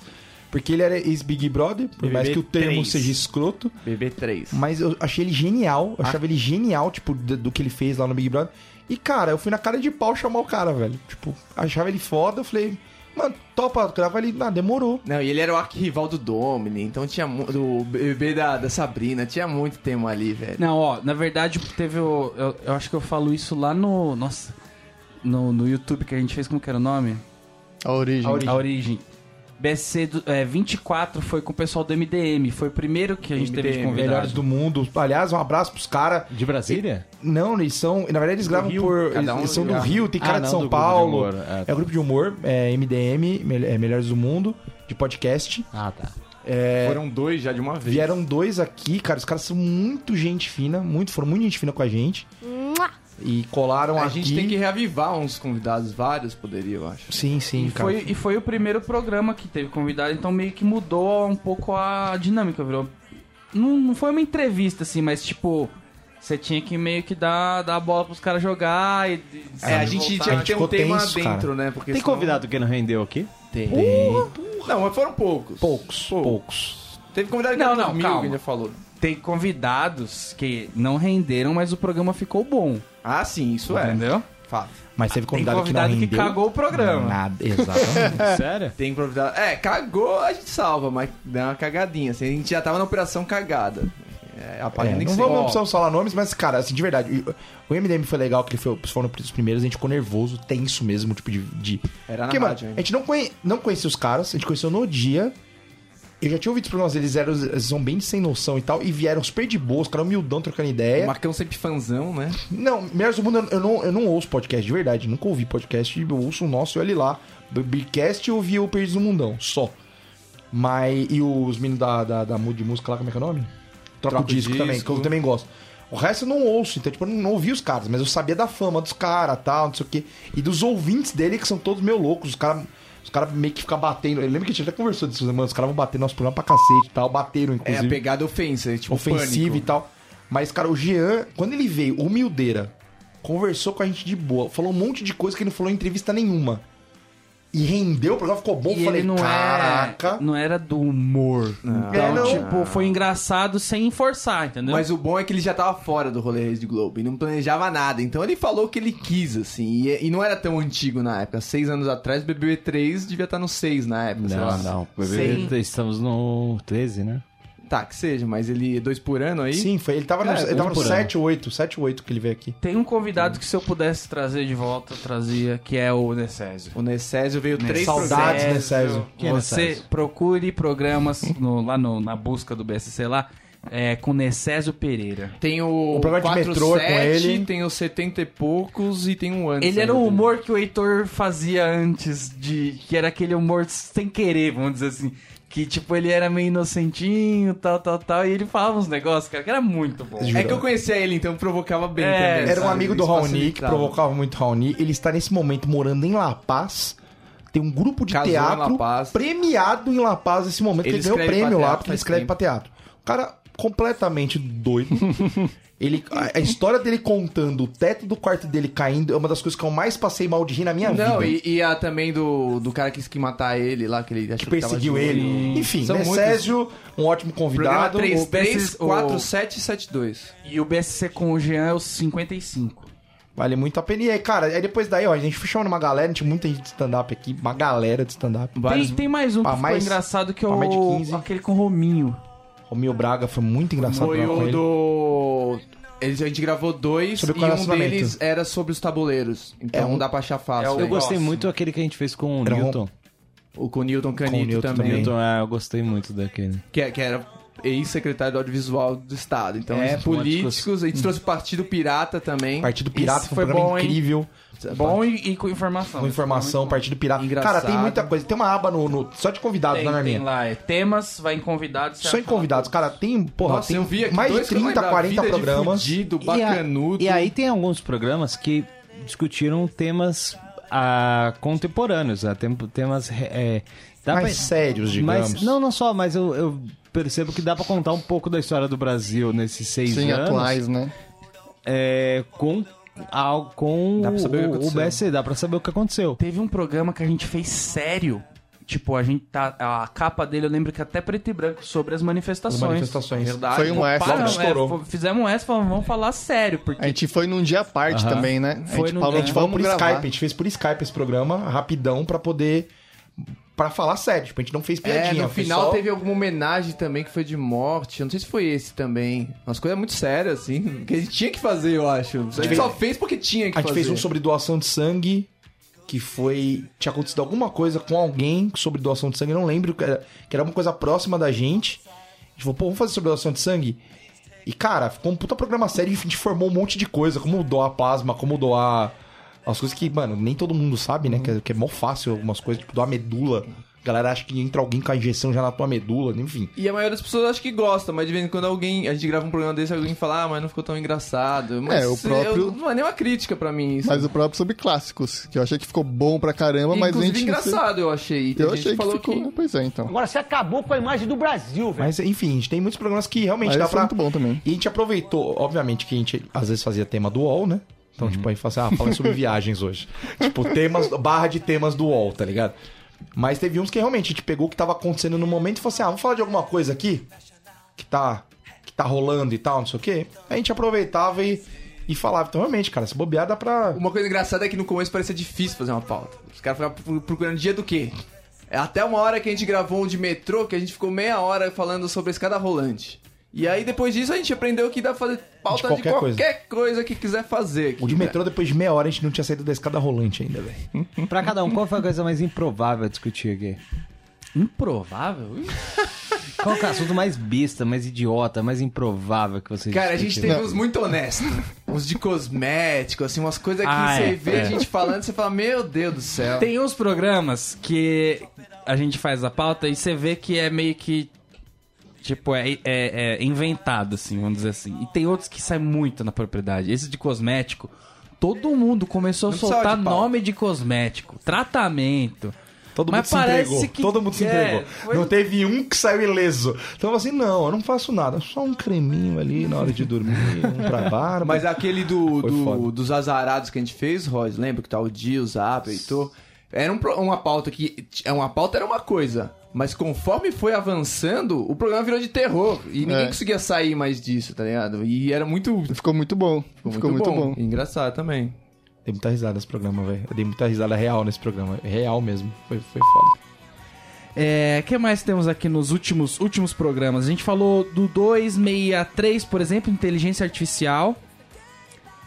Porque ele era ex-Big Brother, por mais que o termo BBB3. seja escroto. BB3. Mas eu achei ele genial. Eu achava ele genial, tipo, do, do que ele fez lá no Big Brother. E, cara, eu fui na cara de pau chamar o cara, velho. Tipo, achava ele foda. Eu falei, mano, topa, grava ele. Ah, demorou. Não, e ele era o arquirrival do Domini, então tinha mu- do bebê da, da Sabrina, tinha muito tema ali, velho. Não, ó, na verdade teve o. Eu, eu acho que eu falo isso lá no. Nossa. No, no YouTube que a gente fez, como que era o nome? A origem. A origem. A Origem. BSC do- é, 24 foi com o pessoal do MDM. Foi o primeiro que a gente teve de MDM, convidado. Melhores do mundo. Aliás, um abraço pros caras. De Brasília? Não, eles são. Na verdade, eles gravam Rio. por. Cada eles- um eles são do grava. Rio, tem cara Ah, de não, São do grupo de Paulo. humor, é. É o grupo de humor, é MDM, Mel- é Melhores do Mundo, de podcast. Ah, tá. Foram dois já de uma vez. Vieram dois aqui, cara. Os caras são muito gente fina, muito, foram muito gente fina com a gente. E colaram A aqui. gente tem que reavivar uns convidados, vários poderia, eu acho. Sim, sim, E cara. foi, e foi o primeiro programa que teve convidado, então meio que mudou um pouco a dinâmica, virou. Não, não foi uma entrevista, assim, mas tipo, você tinha que meio que dar, dar a bola pros caras jogar e. É, a gente voltar. tinha a gente que ter um ficou tema tenso, dentro, cara. né? Porque Tem senão- convidado que não rendeu aqui? Tem. Tem. Não, mas foram poucos. Poucos, poucos. Teve convidado que Não, não não, dormiu, calma. que já falou. Tem convidados que não renderam, mas o programa ficou bom. Ah, sim, isso é. Entendeu? Fato. Mas teve Tem convidado, convidado que não que, rendeu cagou o programa. Nada, exatamente. É, Sério? Tem convidado. É, cagou, a gente salva, mas dá uma cagadinha. Assim, a gente já tava na operação cagada. É, a É, página que não você- vamos Ó, não precisamos falar nomes, mas, cara, assim, de verdade, o MDM foi legal, que ele foi, foram os primeiros, a gente ficou nervoso, tenso mesmo, tipo, de. de... Era Tá na Porque, mano, é rádio a ainda. gente não, conhe... não conhecia os caras, a gente conheceu no dia. Eu já tinha ouvido os programas, eles eram eles são bem sem noção e tal, e vieram super de boa, os caras humildão trocando ideia. O Marcão sempre fanzão, né? Não, Melhores do Mundo, eu- eu não, eu não ouço podcast de verdade. Nunca ouvi podcast. Eu ouço o nosso e olha lá. Do Beercast eu ouvi o Perdidos do Mundão, só. Mas. E os meninos da, da, da Mood de Música lá, como é que é o nome? Troca o Troca o disco, também, que eu Disco. também gosto. O resto eu não ouço, então, tipo, eu não ouvi os caras, mas eu sabia da fama dos caras, tal, não sei o quê. E dos ouvintes dele, que são todos meio loucos. Os caras. Os caras meio que ficam batendo. Eu lembro que a gente até conversou disso, né, mano. Os caras vão bater nosso programa pra cacete e tal. Bateram, É, inclusive a pegada ofensa, tipo, ofensiva e pânico. tal. Mas, cara, o Jean, quando ele veio, humildeira, conversou com a gente de boa, falou um monte de coisa que ele não falou em entrevista nenhuma. E rendeu, o programa ficou bom. E falei, ele não caraca. é, não era do humor. Então, É, não. tipo, foi engraçado sem forçar, entendeu? Mas o bom é que ele já tava fora do rolê Rede Globo e não planejava nada. Então ele falou o que ele quis, assim. E, e não era tão antigo na época. Seis anos atrás, BBB 3 devia estar no 6 na época. sei lá. Não, não. bebê, Estamos no 13, né? Tá, que seja, mas ele. Dois por ano aí? Sim, foi. Ele tava no, Cara, ele tava no um por 7, 8, 7, 8 que ele veio aqui. Tem um convidado que se eu pudesse trazer de volta, eu trazia, que é o Necésio. O Necésio veio três Saudades, programas. Necésio. Quem é Você Necésio? procure programas no- lá no- na busca do BSC lá, é, com Necésio Pereira. Tem o. O programa de 47, metrô é com ele. Tem os 70 e poucos e tem um antes. Ele era ainda o dele. humor que o Heitor fazia antes de. Que era aquele humor sem querer, vamos dizer assim. Que, tipo, ele era meio inocentinho, tal, tal, tal. E ele falava uns negócios, cara, que era muito bom. É que eu conhecia ele, então provocava bem É, também. Era um sabe? amigo do Isso Raoni, que facilitava. provocava muito o Raoni. Ele está nesse momento morando em La Paz. Tem um grupo de Casou em La teatro Paz. premiado em La Paz nesse momento. Ele Ele, ganhou o escreve prêmio pra lá, teatro porque ele faz escreve tempo. pra teatro. O cara completamente [laughs] doido. ele, a, a história dele contando o teto do quarto dele caindo é uma das coisas que eu mais passei mal de rir na minha Não, vida. e, e a também do, do cara que quis que matar ele lá, que ele achou Que tava perseguiu junto. ele. Hum. Enfim, São muitos. Necésio, um ótimo Programa convidado. três. 334772. E o BSC com o Jean é o 55. Vale muito a pena. E aí, cara, aí depois daí, ó, a gente fechou numa galera, a gente muita gente de stand-up aqui, uma galera de stand-up. Tem, tem mais um que Ah, ficou mais- engraçado que é ah, mais de o 15. aquele com o Rominho. Romeu Braga foi muito engraçado Foi falar com o ele. do. eles- a gente gravou dois Sobre o e um relacionamento. deles era sobre os tabuleiros. Então É um- não dá pra achar fácil. é o- aí. Eu gostei Nossa. muito daquele que a gente fez com o Era um- Newton. O com o Newton Canito Newton também. também. Newton, é, eu gostei muito daquele. Que, é- que era ex-secretário do audiovisual do Estado. Então, É, esses políticos. A gente trouxe o Partido Pirata também. Partido Pirata Esse foi foi um programa bom, hein? incrível, Bom e, e com informação. É com informação, Muito Partido Pirata. Engraçado. Cara, tem muita coisa. Tem uma aba no, no- só de bom. convidados, tem, na tem Narminha. lá, é temas, vai em convidados. você Só em acha convidados, cara, tem, porra, Nossa, tem eu vi aqui mais de dois que eu 30, lembrava. 40 Vida de programas. Fudido, E a- bacanudo. E, aí tem alguns programas que discutiram temas ah, contemporâneos, ah, tem- temas é, dá mais pra- sérios, digamos. mas não, não só, mas eu, eu percebo que dá pra contar um pouco da história do Brasil nesses seis Sim, anos. atuais, né? É, com ao, com Dá pra saber o que o, o aconteceu. BSC, dá pra saber o que aconteceu. Teve um programa que a gente fez sério. Tipo, a gente tá. A capa dele eu lembro que é até preto e branco sobre as manifestações. As manifestações. Verdade. Foi um Pô, extra. paramos, Logo é, estourou. fo- fizemos um extra e falamos, vamos falar sério, porque. A gente foi num dia à parte Aham. também, né? a Foi gente num falou, dia. a gente Vamos vamos por gravar. Skype, a gente fez por Skype esse programa, rapidão, pra poder... Pra falar sério, tipo, a gente não fez É, piadinha. no foi final só- teve alguma homenagem também que foi de morte. Eu não sei se foi esse também. Umas coisas muito sérias, assim. Que a gente tinha que fazer, eu acho. A gente fez- só fez porque tinha que A gente fazer. fez um sobre doação de sangue, que foi. Tinha acontecido alguma coisa com alguém sobre doação de sangue, não lembro, que era, que era uma coisa próxima da gente. A gente falou, pô, vamos fazer sobre doação de sangue? E, cara, ficou um puta programa sério e a gente formou um monte de coisa, como doar plasma, como doar. As coisas que, mano, nem todo mundo sabe, né? Que é, que é mó fácil algumas coisas, tipo, doar medula. A galera acha que entra alguém com a injeção já na tua medula, enfim. E a maioria das pessoas acho que gosta, mas de vez em quando alguém. A gente grava um programa desse alguém fala, ah, mas não ficou tão engraçado. Mas É, o próprio- eu- não é nenhuma crítica pra mim isso. Mas o próprio sobre clássicos, que eu achei que ficou bom pra caramba, mas a Inclusive, gente... engraçado, eu achei. E tem Eu gente achei que falou ficou... Pois é, então. Agora você acabou com a imagem do Brasil, velho. Mas, enfim, a gente tem muitos programas que realmente Mas dá foi pra. muito bom também. E a gente aproveitou, obviamente, que a gente às vezes fazia tema do UOL, né? Então, tipo, aí fala assim, ah, fala sobre viagens hoje. tipo, temas, barra de temas do UOL, tá ligado? Mas teve uns que realmente a gente pegou o que tava acontecendo no momento e falou assim: ah, vamos falar de alguma coisa aqui que tá, que tá rolando e tal, não sei o quê. A gente aproveitava e, e falava. Então, realmente, cara, se bobear dá pra. Uma coisa engraçada é que no começo parecia difícil fazer uma pauta. Os caras ficavam pro- procurando dia do quê? É até uma hora que a gente gravou um de metrô, que a gente ficou meia hora falando sobre a escada rolante. E aí, depois disso, a gente aprendeu que dá pra fazer pauta de qualquer qualquer, coisa. que quiser fazer. O de metrô, depois de meia hora, a gente não tinha saído da escada rolante ainda, velho. Pra cada um, qual foi a coisa mais improvável a discutir aqui? Improvável? Ih, Qual que é o assunto mais besta, mais idiota, mais improvável que vocês Cara, a gente discutiram? teve uns muito honestos. Uns de cosmético, assim, umas coisas que Ah, você é, vê é. a gente falando, você fala, meu Deus do céu. Tem uns programas que a gente faz a pauta e você vê que é meio que. Tipo, é, é- é inventado, assim, vamos dizer assim. E tem outros que saem muito na propriedade. Esse de cosmético, todo mundo começou a Não precisava soltar de pauta. nome de cosmético, tratamento. Todo Mas mundo se parece entregou. que- Todo mundo se é, entregou. foi- Não teve um que saiu ileso. Então, assim, não, eu não faço nada. Só um creminho ali na hora de dormir, [laughs] um pra barba. Mas aquele do, Foi do- foda. dos azarados que a gente fez, Rod, lembra que tá o Di, o Zap, o Heitor? Era um pro- uma pauta que. É uma pauta, era uma coisa. Mas conforme foi avançando, o programa virou de terror. E ninguém É. conseguia sair mais disso, tá ligado? E era muito. Ficou muito bom. Ficou, muito, bom. E Engraçado também. Dei muita risada nesse programa, velho. Eu dei muita risada real nesse programa. Real mesmo. Foi, foi foda. É, o que mais temos aqui nos últimos, últimos programas? A gente falou do 263, por exemplo, inteligência artificial.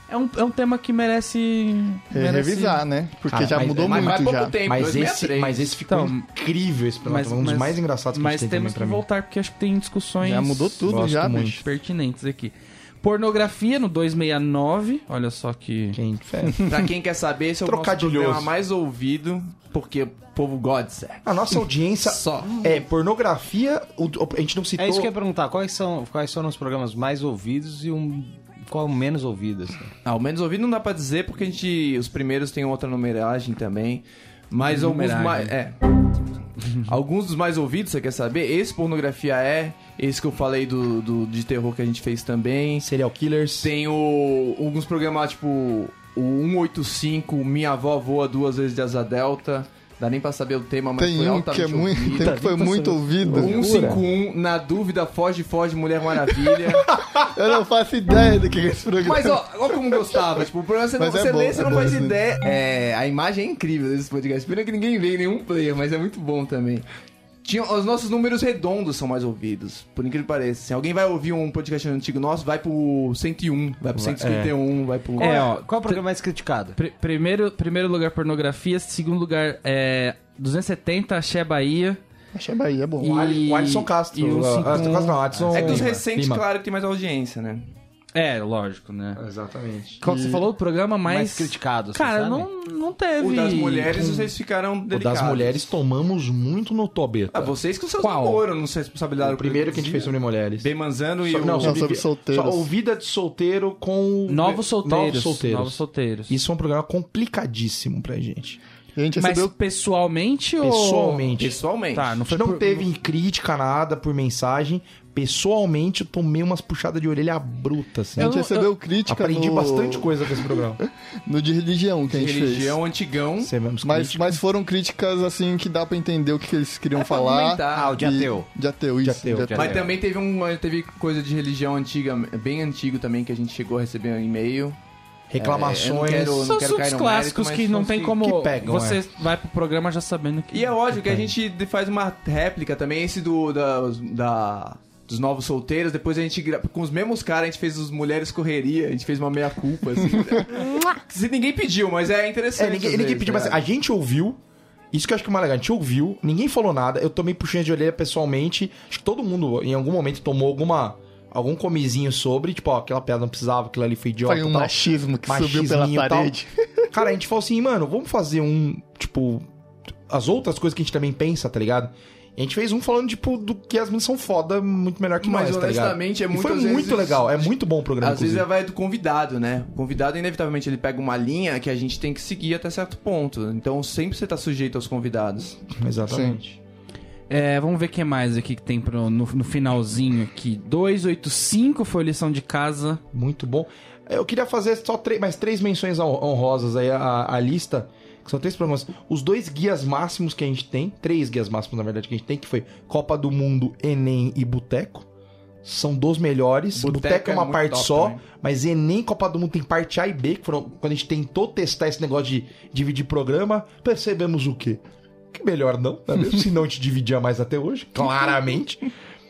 É um, é um tema que merece. É, merece- revisar, né? Porque Ah, já mas- mudou mas faz muito pouco já. tempo, Mas esse, 263. mas esse ficou Então, incrível esse programa. mas- um dos mas- mais engraçados que Mas a gente tem temos também pra que mim. voltar, porque acho que tem discussões. Já Né, mudou tudo Gosto já, muito. bicho. Pertinentes aqui. Pornografia no 269. Olha só que. Quem fez? Pra quem quer saber, esse é o nosso Trocadilhoso. programa mais ouvido, porque o povo gosta de sexo. [laughs] A nossa audiência Só. é pornografia. o- o- A gente não Então- citou. É isso que eu ia perguntar. Quais, são, quais foram os programas mais ouvidos e um, qual o menos ouvido? assim? Ah, Ao menos ouvido não dá pra dizer, porque a gente. Os primeiros têm outra numeragem também. Mas alguns Numeragem. mais. É. [laughs] alguns dos mais ouvidos, você quer saber? Esse pornografia é. Esse que eu falei do, do- de terror que a gente fez também. [laughs] Serial Killers. Tem o, alguns programas tipo o 185, Minha Avó Voa Duas Vezes de Asa Delta. Dá nem pra saber o tema, mas Tem foi um que é altamente muito, ouvido. [laughs] tem um que foi muito ouvido. 151, na dúvida, foge, foge, Mulher Maravilha. Eu não faço ideia do que é esse [laughs] programa. Mas ó, ó como gostava. Tipo, o programa você, não, Mas é você bom, lê, é você não bom faz mesmo. ideia. É, a imagem é incrível desse podcast. Pena que ninguém vê em nenhum player, mas é muito bom também. Tinha, os nossos números redondos são mais ouvidos, por incrível que pareça. Se alguém vai ouvir um podcast antigo nosso, vai pro 101, vai é. pro 151, vai pro. É, ó, Qual é o programa mais criticado? Pri- primeiro, primeiro lugar, pornografia. Segundo lugar, é. 270, Axé Bahia. Achei Bahia, é bom. E- O Ali- o Alisson Castro. e o Ah, cinco- Alisson Castro não, Alisson É que dos Lima. recentes, Lima. claro que tem mais audiência, né? É, lógico, né? Exatamente. Qual que você falou? O programa mais. Mais criticado, você Cara, sabe? não, não teve. O das mulheres, vocês ficaram O delicados. das mulheres tomamos muito no Tobeta. Ah, vocês com seus Qual? namoros não se responsabilizaram O primeiro que a gente fez sobre mulheres. Bem Manzano e So- o. não, sobre, sobre vi- solteiros. só o vida de solteiro com... né? Novos solteiros. Novos solteiros. Novos solteiros. Isso é um programa complicadíssimo pra gente. A gente Mas recebeu pessoalmente ou. Pessoalmente. Pessoalmente. Tá, não A gente foi não por- teve crítica, nada, por mensagem. Pessoalmente, eu tomei umas puxadas de orelha bruta, assim. A gente não- recebeu crítica Aprendi no, bastante coisa com esse programa. no de religião que a gente religião antigão. Você mesmo fez. Mas, mas foram críticas assim que dá pra entender o que que eles queriam falar. Ah, o de ateu. De ateu, isso. É ateu. de ateu. Mas também teve um, teve coisa de religião antiga, bem antigo também que a gente chegou a receber um e-mail. Reclamações. É, eu não quero- São quero assuntos cair no clássicos mérito, mas que são não os tem que- como. que pegam, você vai pro programa já sabendo que. E é óbvio que a gente de- faz uma réplica também esse do da, da- dos novos solteiros, depois a gente gra- com os mesmos caras a gente fez os mulheres correria, a gente fez uma meia [laughs] culpa assim. Se ninguém pediu, mas é interessante. É, ninguém, às ninguém vezes, pediu, tá mas a ligado? gente ouviu. Isso que eu acho que é mais legal. A gente ouviu, ninguém falou nada. Eu tomei puxinha de orelha pessoalmente. Acho que todo mundo, em algum momento, tomou alguma. Algum comizinho sobre, tipo, ó, aquela piada não precisava, aquilo ali foi idiota. Foi um tal. machismo que subiu pela Machisminho e tal. parede. Cara, a gente falou assim, mano, vamos fazer um, tipo, as outras coisas que a gente também pensa, tá ligado? E a gente fez um falando, tipo, do que as meninas são foda, muito melhor que Mas nós, tá ligado? honestamente, é E foi muitas muito vezes- legal, é muito bom o programa, Às vezes é inclusive. vai do convidado, né? O convidado, inevitavelmente, ele pega uma linha que a gente tem que seguir até certo ponto. Então, sempre você tá sujeito aos convidados. Exatamente. É, vamos ver o que mais aqui que tem pro- no, no finalzinho aqui. 285 foi lição de casa. Muito bom. Eu queria fazer só três, mais três menções hon- honrosas aí à, à lista. que são três programas. Os dois guias máximos que a gente tem, três guias máximos, na verdade, que a gente tem, que foi Copa do Mundo, Enem e Boteco. São dos melhores. Boteco Boteco, é é uma muito parte top só, também. mas Enem e Copa do Mundo tem parte A e B, que foram quando a gente tentou testar esse negócio de dividir programa, percebemos o quê? Que melhor não, [laughs] não é mesmo? Se não te dividia mais até hoje, claramente.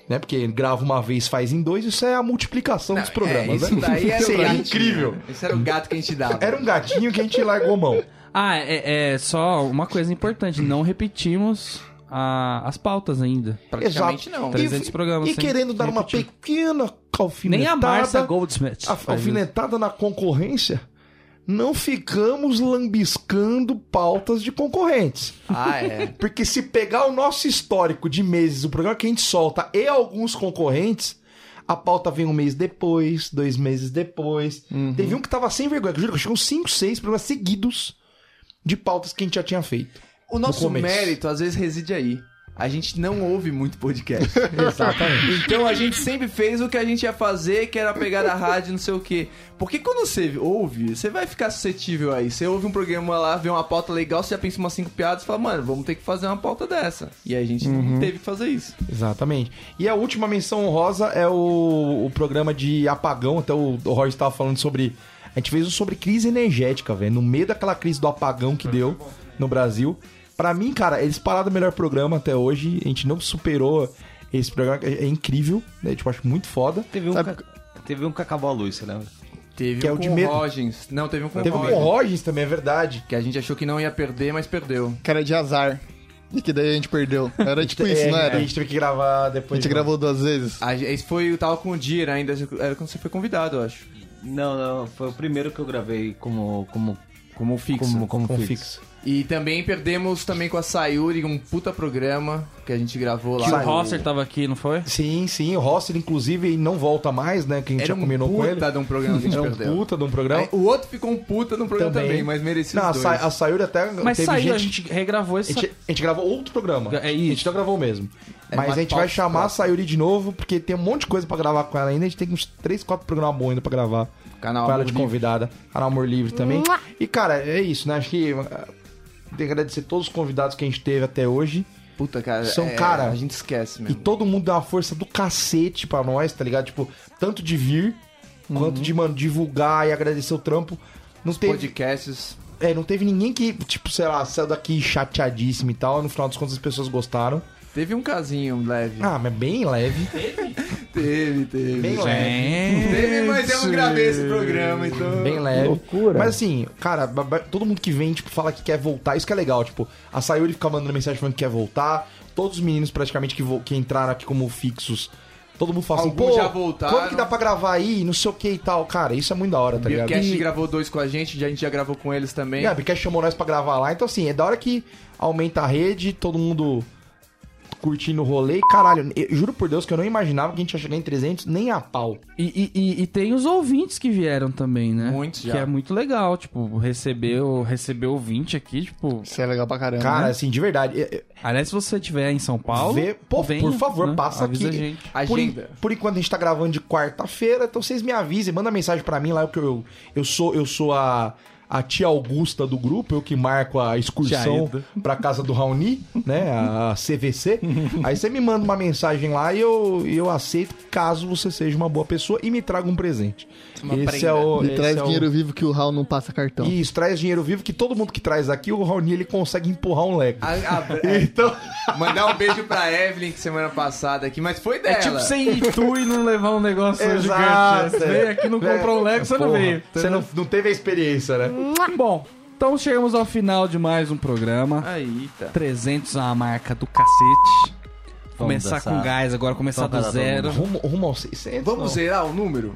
Né? Porque grava uma vez, faz em dois, isso é a multiplicação dos programas, é, isso né? daí [laughs] era o Seria gatinho. incrível. Esse era o gato que a gente dava. Era um gatinho que a gente largou mão. Ah, é, é só uma coisa importante. Não repetimos a- as pautas ainda. Praticamente então, assim, não. 300 Então, E- programas E sem querendo dar uma repetir. pequena alfinetada. Nem a Marcia Goldsmith. a faz alfinetada na concorrência. Não ficamos lambiscando pautas de concorrentes. Ah, [laughs] é. Porque se pegar o nosso histórico de meses, o programa que a gente solta e alguns concorrentes, a pauta vem um mês depois, dois meses depois. Teve um que tava sem vergonha, que eu juro que chegou 5, 6 programas seguidos de pautas que a gente já tinha feito. O nosso começo. mérito às vezes reside aí. A gente não ouve [laughs] muito podcast. Exatamente. Então a gente sempre fez o que a gente ia fazer, que era pegar da rádio, não sei o quê. Porque quando você ouve, você vai ficar suscetível aí. Você ouve um programa lá, vê uma pauta legal, você já pensa umas cinco piadas e fala, mano, vamos ter que fazer uma pauta dessa. E a gente Uhum. não teve que fazer isso. Exatamente. E a última menção honrosa é o, o programa de apagão. Até o, o Roger estava falando sobre. A gente fez um sobre crise energética, velho. No meio daquela crise do apagão que deu no Brasil. Pra mim, cara, eles pararam o melhor programa até hoje. A gente não superou esse programa. É, é incrível, né? Tipo, acho muito foda. Teve um, Sabe- ca- teve um que acabou a luz, você lembra? Teve Que um é o de com medo. Rogens. Não, teve um com Teve um com o Rogens. Rogers também, é verdade. Que a gente achou que não ia perder, mas perdeu. Que era de azar. E que daí a gente perdeu. Era tipo isso, É, não era? A A gente teve que gravar depois. gente de- gravou duas vezes. A, gente- esse foi, eu tava com o Dira ainda, era quando você foi convidado, eu acho. Não, não, foi o primeiro que eu gravei como como Como fixo. como, como com fixo. E também perdemos também com a Sayuri, um puta programa que a gente gravou lá. Que o Saiu. Rosser tava aqui, não foi? Sim, sim. O Rosser, inclusive, não volta mais, né? Que a gente Era já um combinou com ele. puta de um programa que a gente Era um perdeu. puta de um programa. Aí, O outro ficou um puta no programa também, Também. mas merecia Não, a, os dois. Sa a Sayuri até Mas teve saiu, gente... a gente regravou esse. A gente, a gente gravou outro programa. É A isso. gente não gravou o mesmo. É, mas mas a gente vai pauta chamar a próxima. Sayuri de novo, porque tem um monte de coisa pra gravar com ela ainda. A gente tem uns 3, 4 programas bons ainda pra gravar. Canal com ela Amor de Livre. convidada. Canal Amor Livre também. E, cara, é isso, né? Acho que. ah, Tem que agradecer todos os convidados que a gente teve até hoje. Puta, cara. São, é, cara, A gente esquece E mesmo. todo mundo deu uma força do cacete pra nós, tá ligado? Tipo, tanto de vir, quanto de, mano, divulgar e agradecer o trampo. Não Os teve, Podcasts. é, não teve ninguém que, tipo, sei lá, saiu daqui chateadíssimo e tal. No final das contas, as pessoas gostaram. Teve um casinho leve. Ah, mas bem leve. Teve, teve. Bem leve. Gente. Teve, mas eu não gravei esse programa, então. Bem leve. loucura. Mas assim, cara, ba- ba- todo mundo que vem, tipo, fala que quer voltar. Isso que é legal. Tipo, a Sayuri fica mandando mensagem falando que quer voltar. Todos os meninos, praticamente, que, vo- que entraram aqui como fixos. Todo mundo fala assim, Alguns pô, já voltaram. quando que dá pra gravar aí? Não sei o que e tal. Cara, isso é muito da hora, tá O ligado? Beercast E- gravou dois com a gente, a gente já gravou com eles também. É, porque chamou nós pra gravar lá. Então, assim, é da hora que aumenta a rede, todo mundo curtindo o rolê. E, Caralho, eu juro por Deus que eu não imaginava que a gente ia chegar em 300 nem a pau. E, e- e- e tem os ouvintes que vieram também, né? Muitos já. Que é muito legal, tipo, receber, o- receber ouvinte aqui, tipo. Isso é legal pra caramba. Cara, né? assim, de verdade. eu- eu- Aliás, se você estiver em São Paulo. né? Vê- pô, por favor, passa Avisa aqui. A gente. Por, en- Agenda. por enquanto a gente tá gravando de quarta-feira, então vocês me avisem, manda mensagem pra mim lá que eu eu sou eu sou a a tia Augusta do grupo, eu que marco a excursão pra casa do Raoni, né? A [laughs] a CVC. Aí você me manda uma mensagem lá e eu, eu aceito caso você seja uma boa pessoa e me traga um presente. Uma esse prenda. é o. Me esse traz é o- dinheiro vivo que o Raul não passa cartão. Isso, traz dinheiro vivo, que todo mundo que traz aqui, o Raoni ele consegue empurrar um Ah, leco. A- a- [laughs] Então. Mandar um beijo pra Evelyn, que semana passada aqui, mas foi dela. É tipo você ir em tu e não levar um negócio [laughs] Exato, gigante. Você é. veio aqui, não comprou um Lego, você não Porra, veio. Você não, não teve a experiência, né? Bom, então chegamos ao final de mais um programa. Aí, tá. 300 é uma marca do cacete. começar dançar. com gás agora, começar Vamos do dançar, zero. Rumo, rumo aos 600. Vamos não. zerar o número?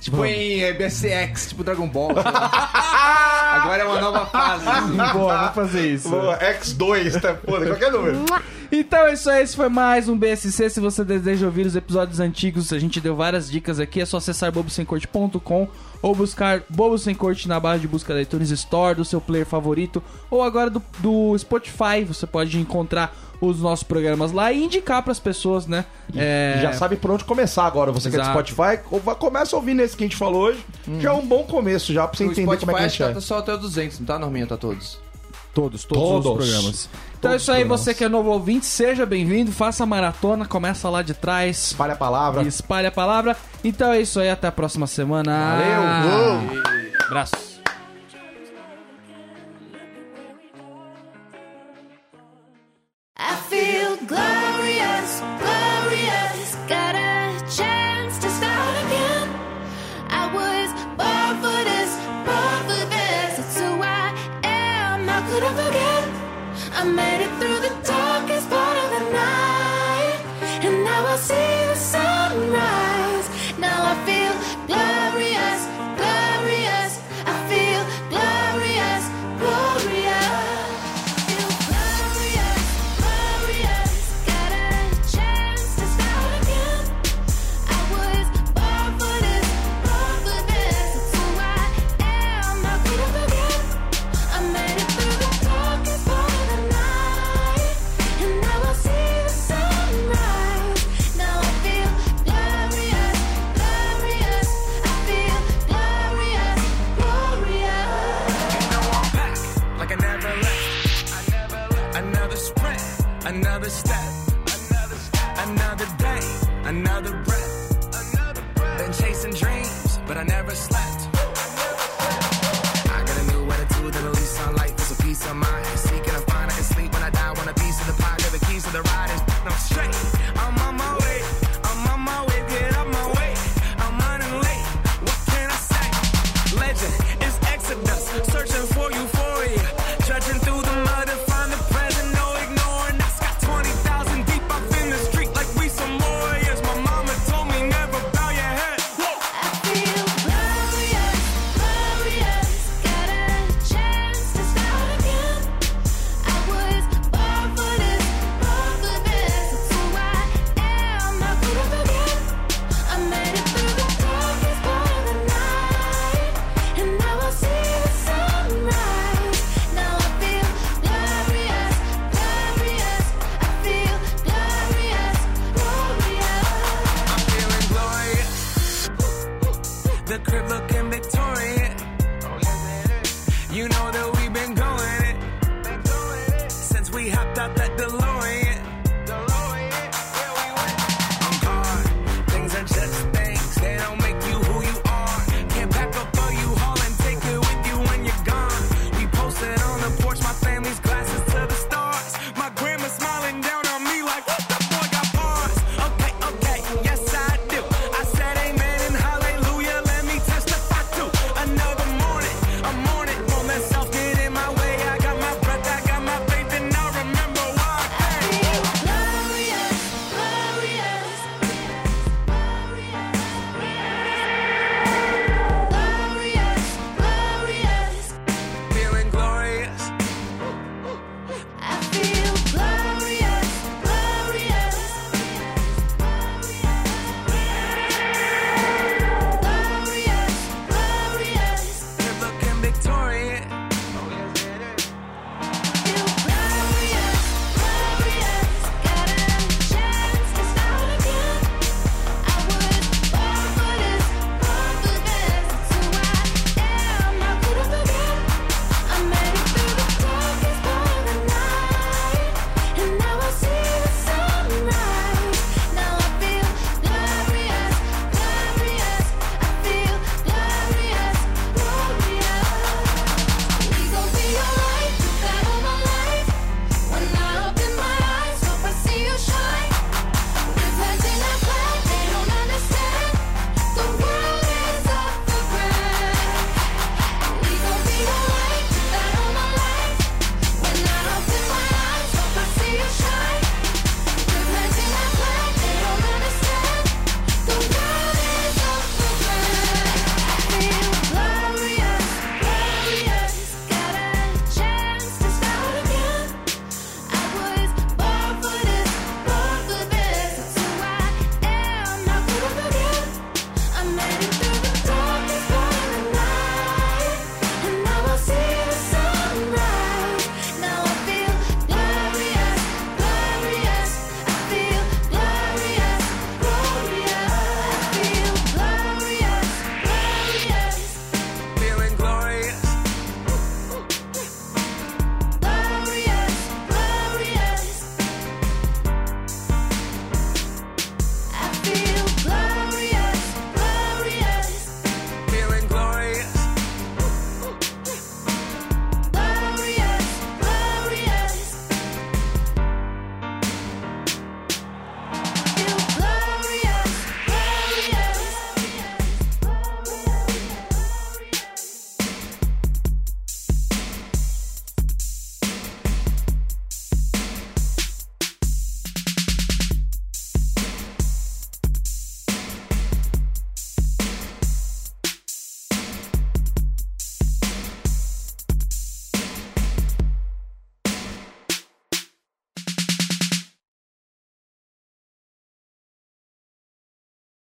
tipo em é, BCX, tipo [laughs] Dragon Ball. sei lá. Agora é uma nova fase. Boa, vamos fazer isso. Boa, X2, tá foda, [laughs] qualquer número. Então é isso aí, esse foi mais um BSC. Se você deseja ouvir os episódios antigos, a gente deu várias dicas aqui. É só acessar bobosemcorte.com ou buscar Bobo Sem Corte na barra de busca da iTunes Store, do seu player favorito, ou agora do, do Spotify. Você pode encontrar os nossos programas lá e indicar pras pessoas, né? É, Já sabe por onde começar agora. Você que é do Exato. Spotify, ou vai- começa ouvindo esse Hum. que a gente falou hoje. Já é um bom começo já pra você O entender como é que a gente Spotify é. tá só até 200, não tá, Norminha? Tá todos. Todos, todos, os Todos. programas. Então é Todos isso aí, os programas. você que é novo ouvinte, seja bem-vindo, faça a maratona, começa lá de trás Espalha a palavra. e espalha a palavra. Então é isso aí, até a próxima semana. Valeu. Abraços. I feel glorious, glorious. Got a chance to start again. I was born for this, born for this. It's who I am. How could I forget? I made it through the darkest part of the night, and now I see the sunrise. Now I feel glorious, glorious. I feel glorious, glorious. Feel glorious, glorious. Got a chance to start again. I was born for this, born for this. It's who I am. How could I forget? I made it through the darkest part of the night, and now I see the sunrise. Now I feel glorious, glorious. I feel glorious, glorious. back like I never left. Another sprint, another step, another day, another breath. Been chasing dreams, but I never slept. I got a new attitude that at least on life is a peace of mind. Seeking a find I can sleep when I die. Want a piece of the pie, got the keys to the ride. Is I'm straight. I'm on my way. I'm on my way. Get out my way. I'm running late. What can I say? Legend is exodus, searching for euphoria, judging through the mud and find the present. No ignoring us. Got twenty thousand deep up in the street like we some warriors. My mama told me never bow your head. Whoa. I feel glorious, glorious. Got a chance to start again. I was born for this, born for this. It's who I am. How could I forget? I made it through the darkest part of the night, and now I see the sunrise. Now I feel glorious, glorious. I feel glorious, glorious. I'm feeling glorious. The crib looking victorious. You know that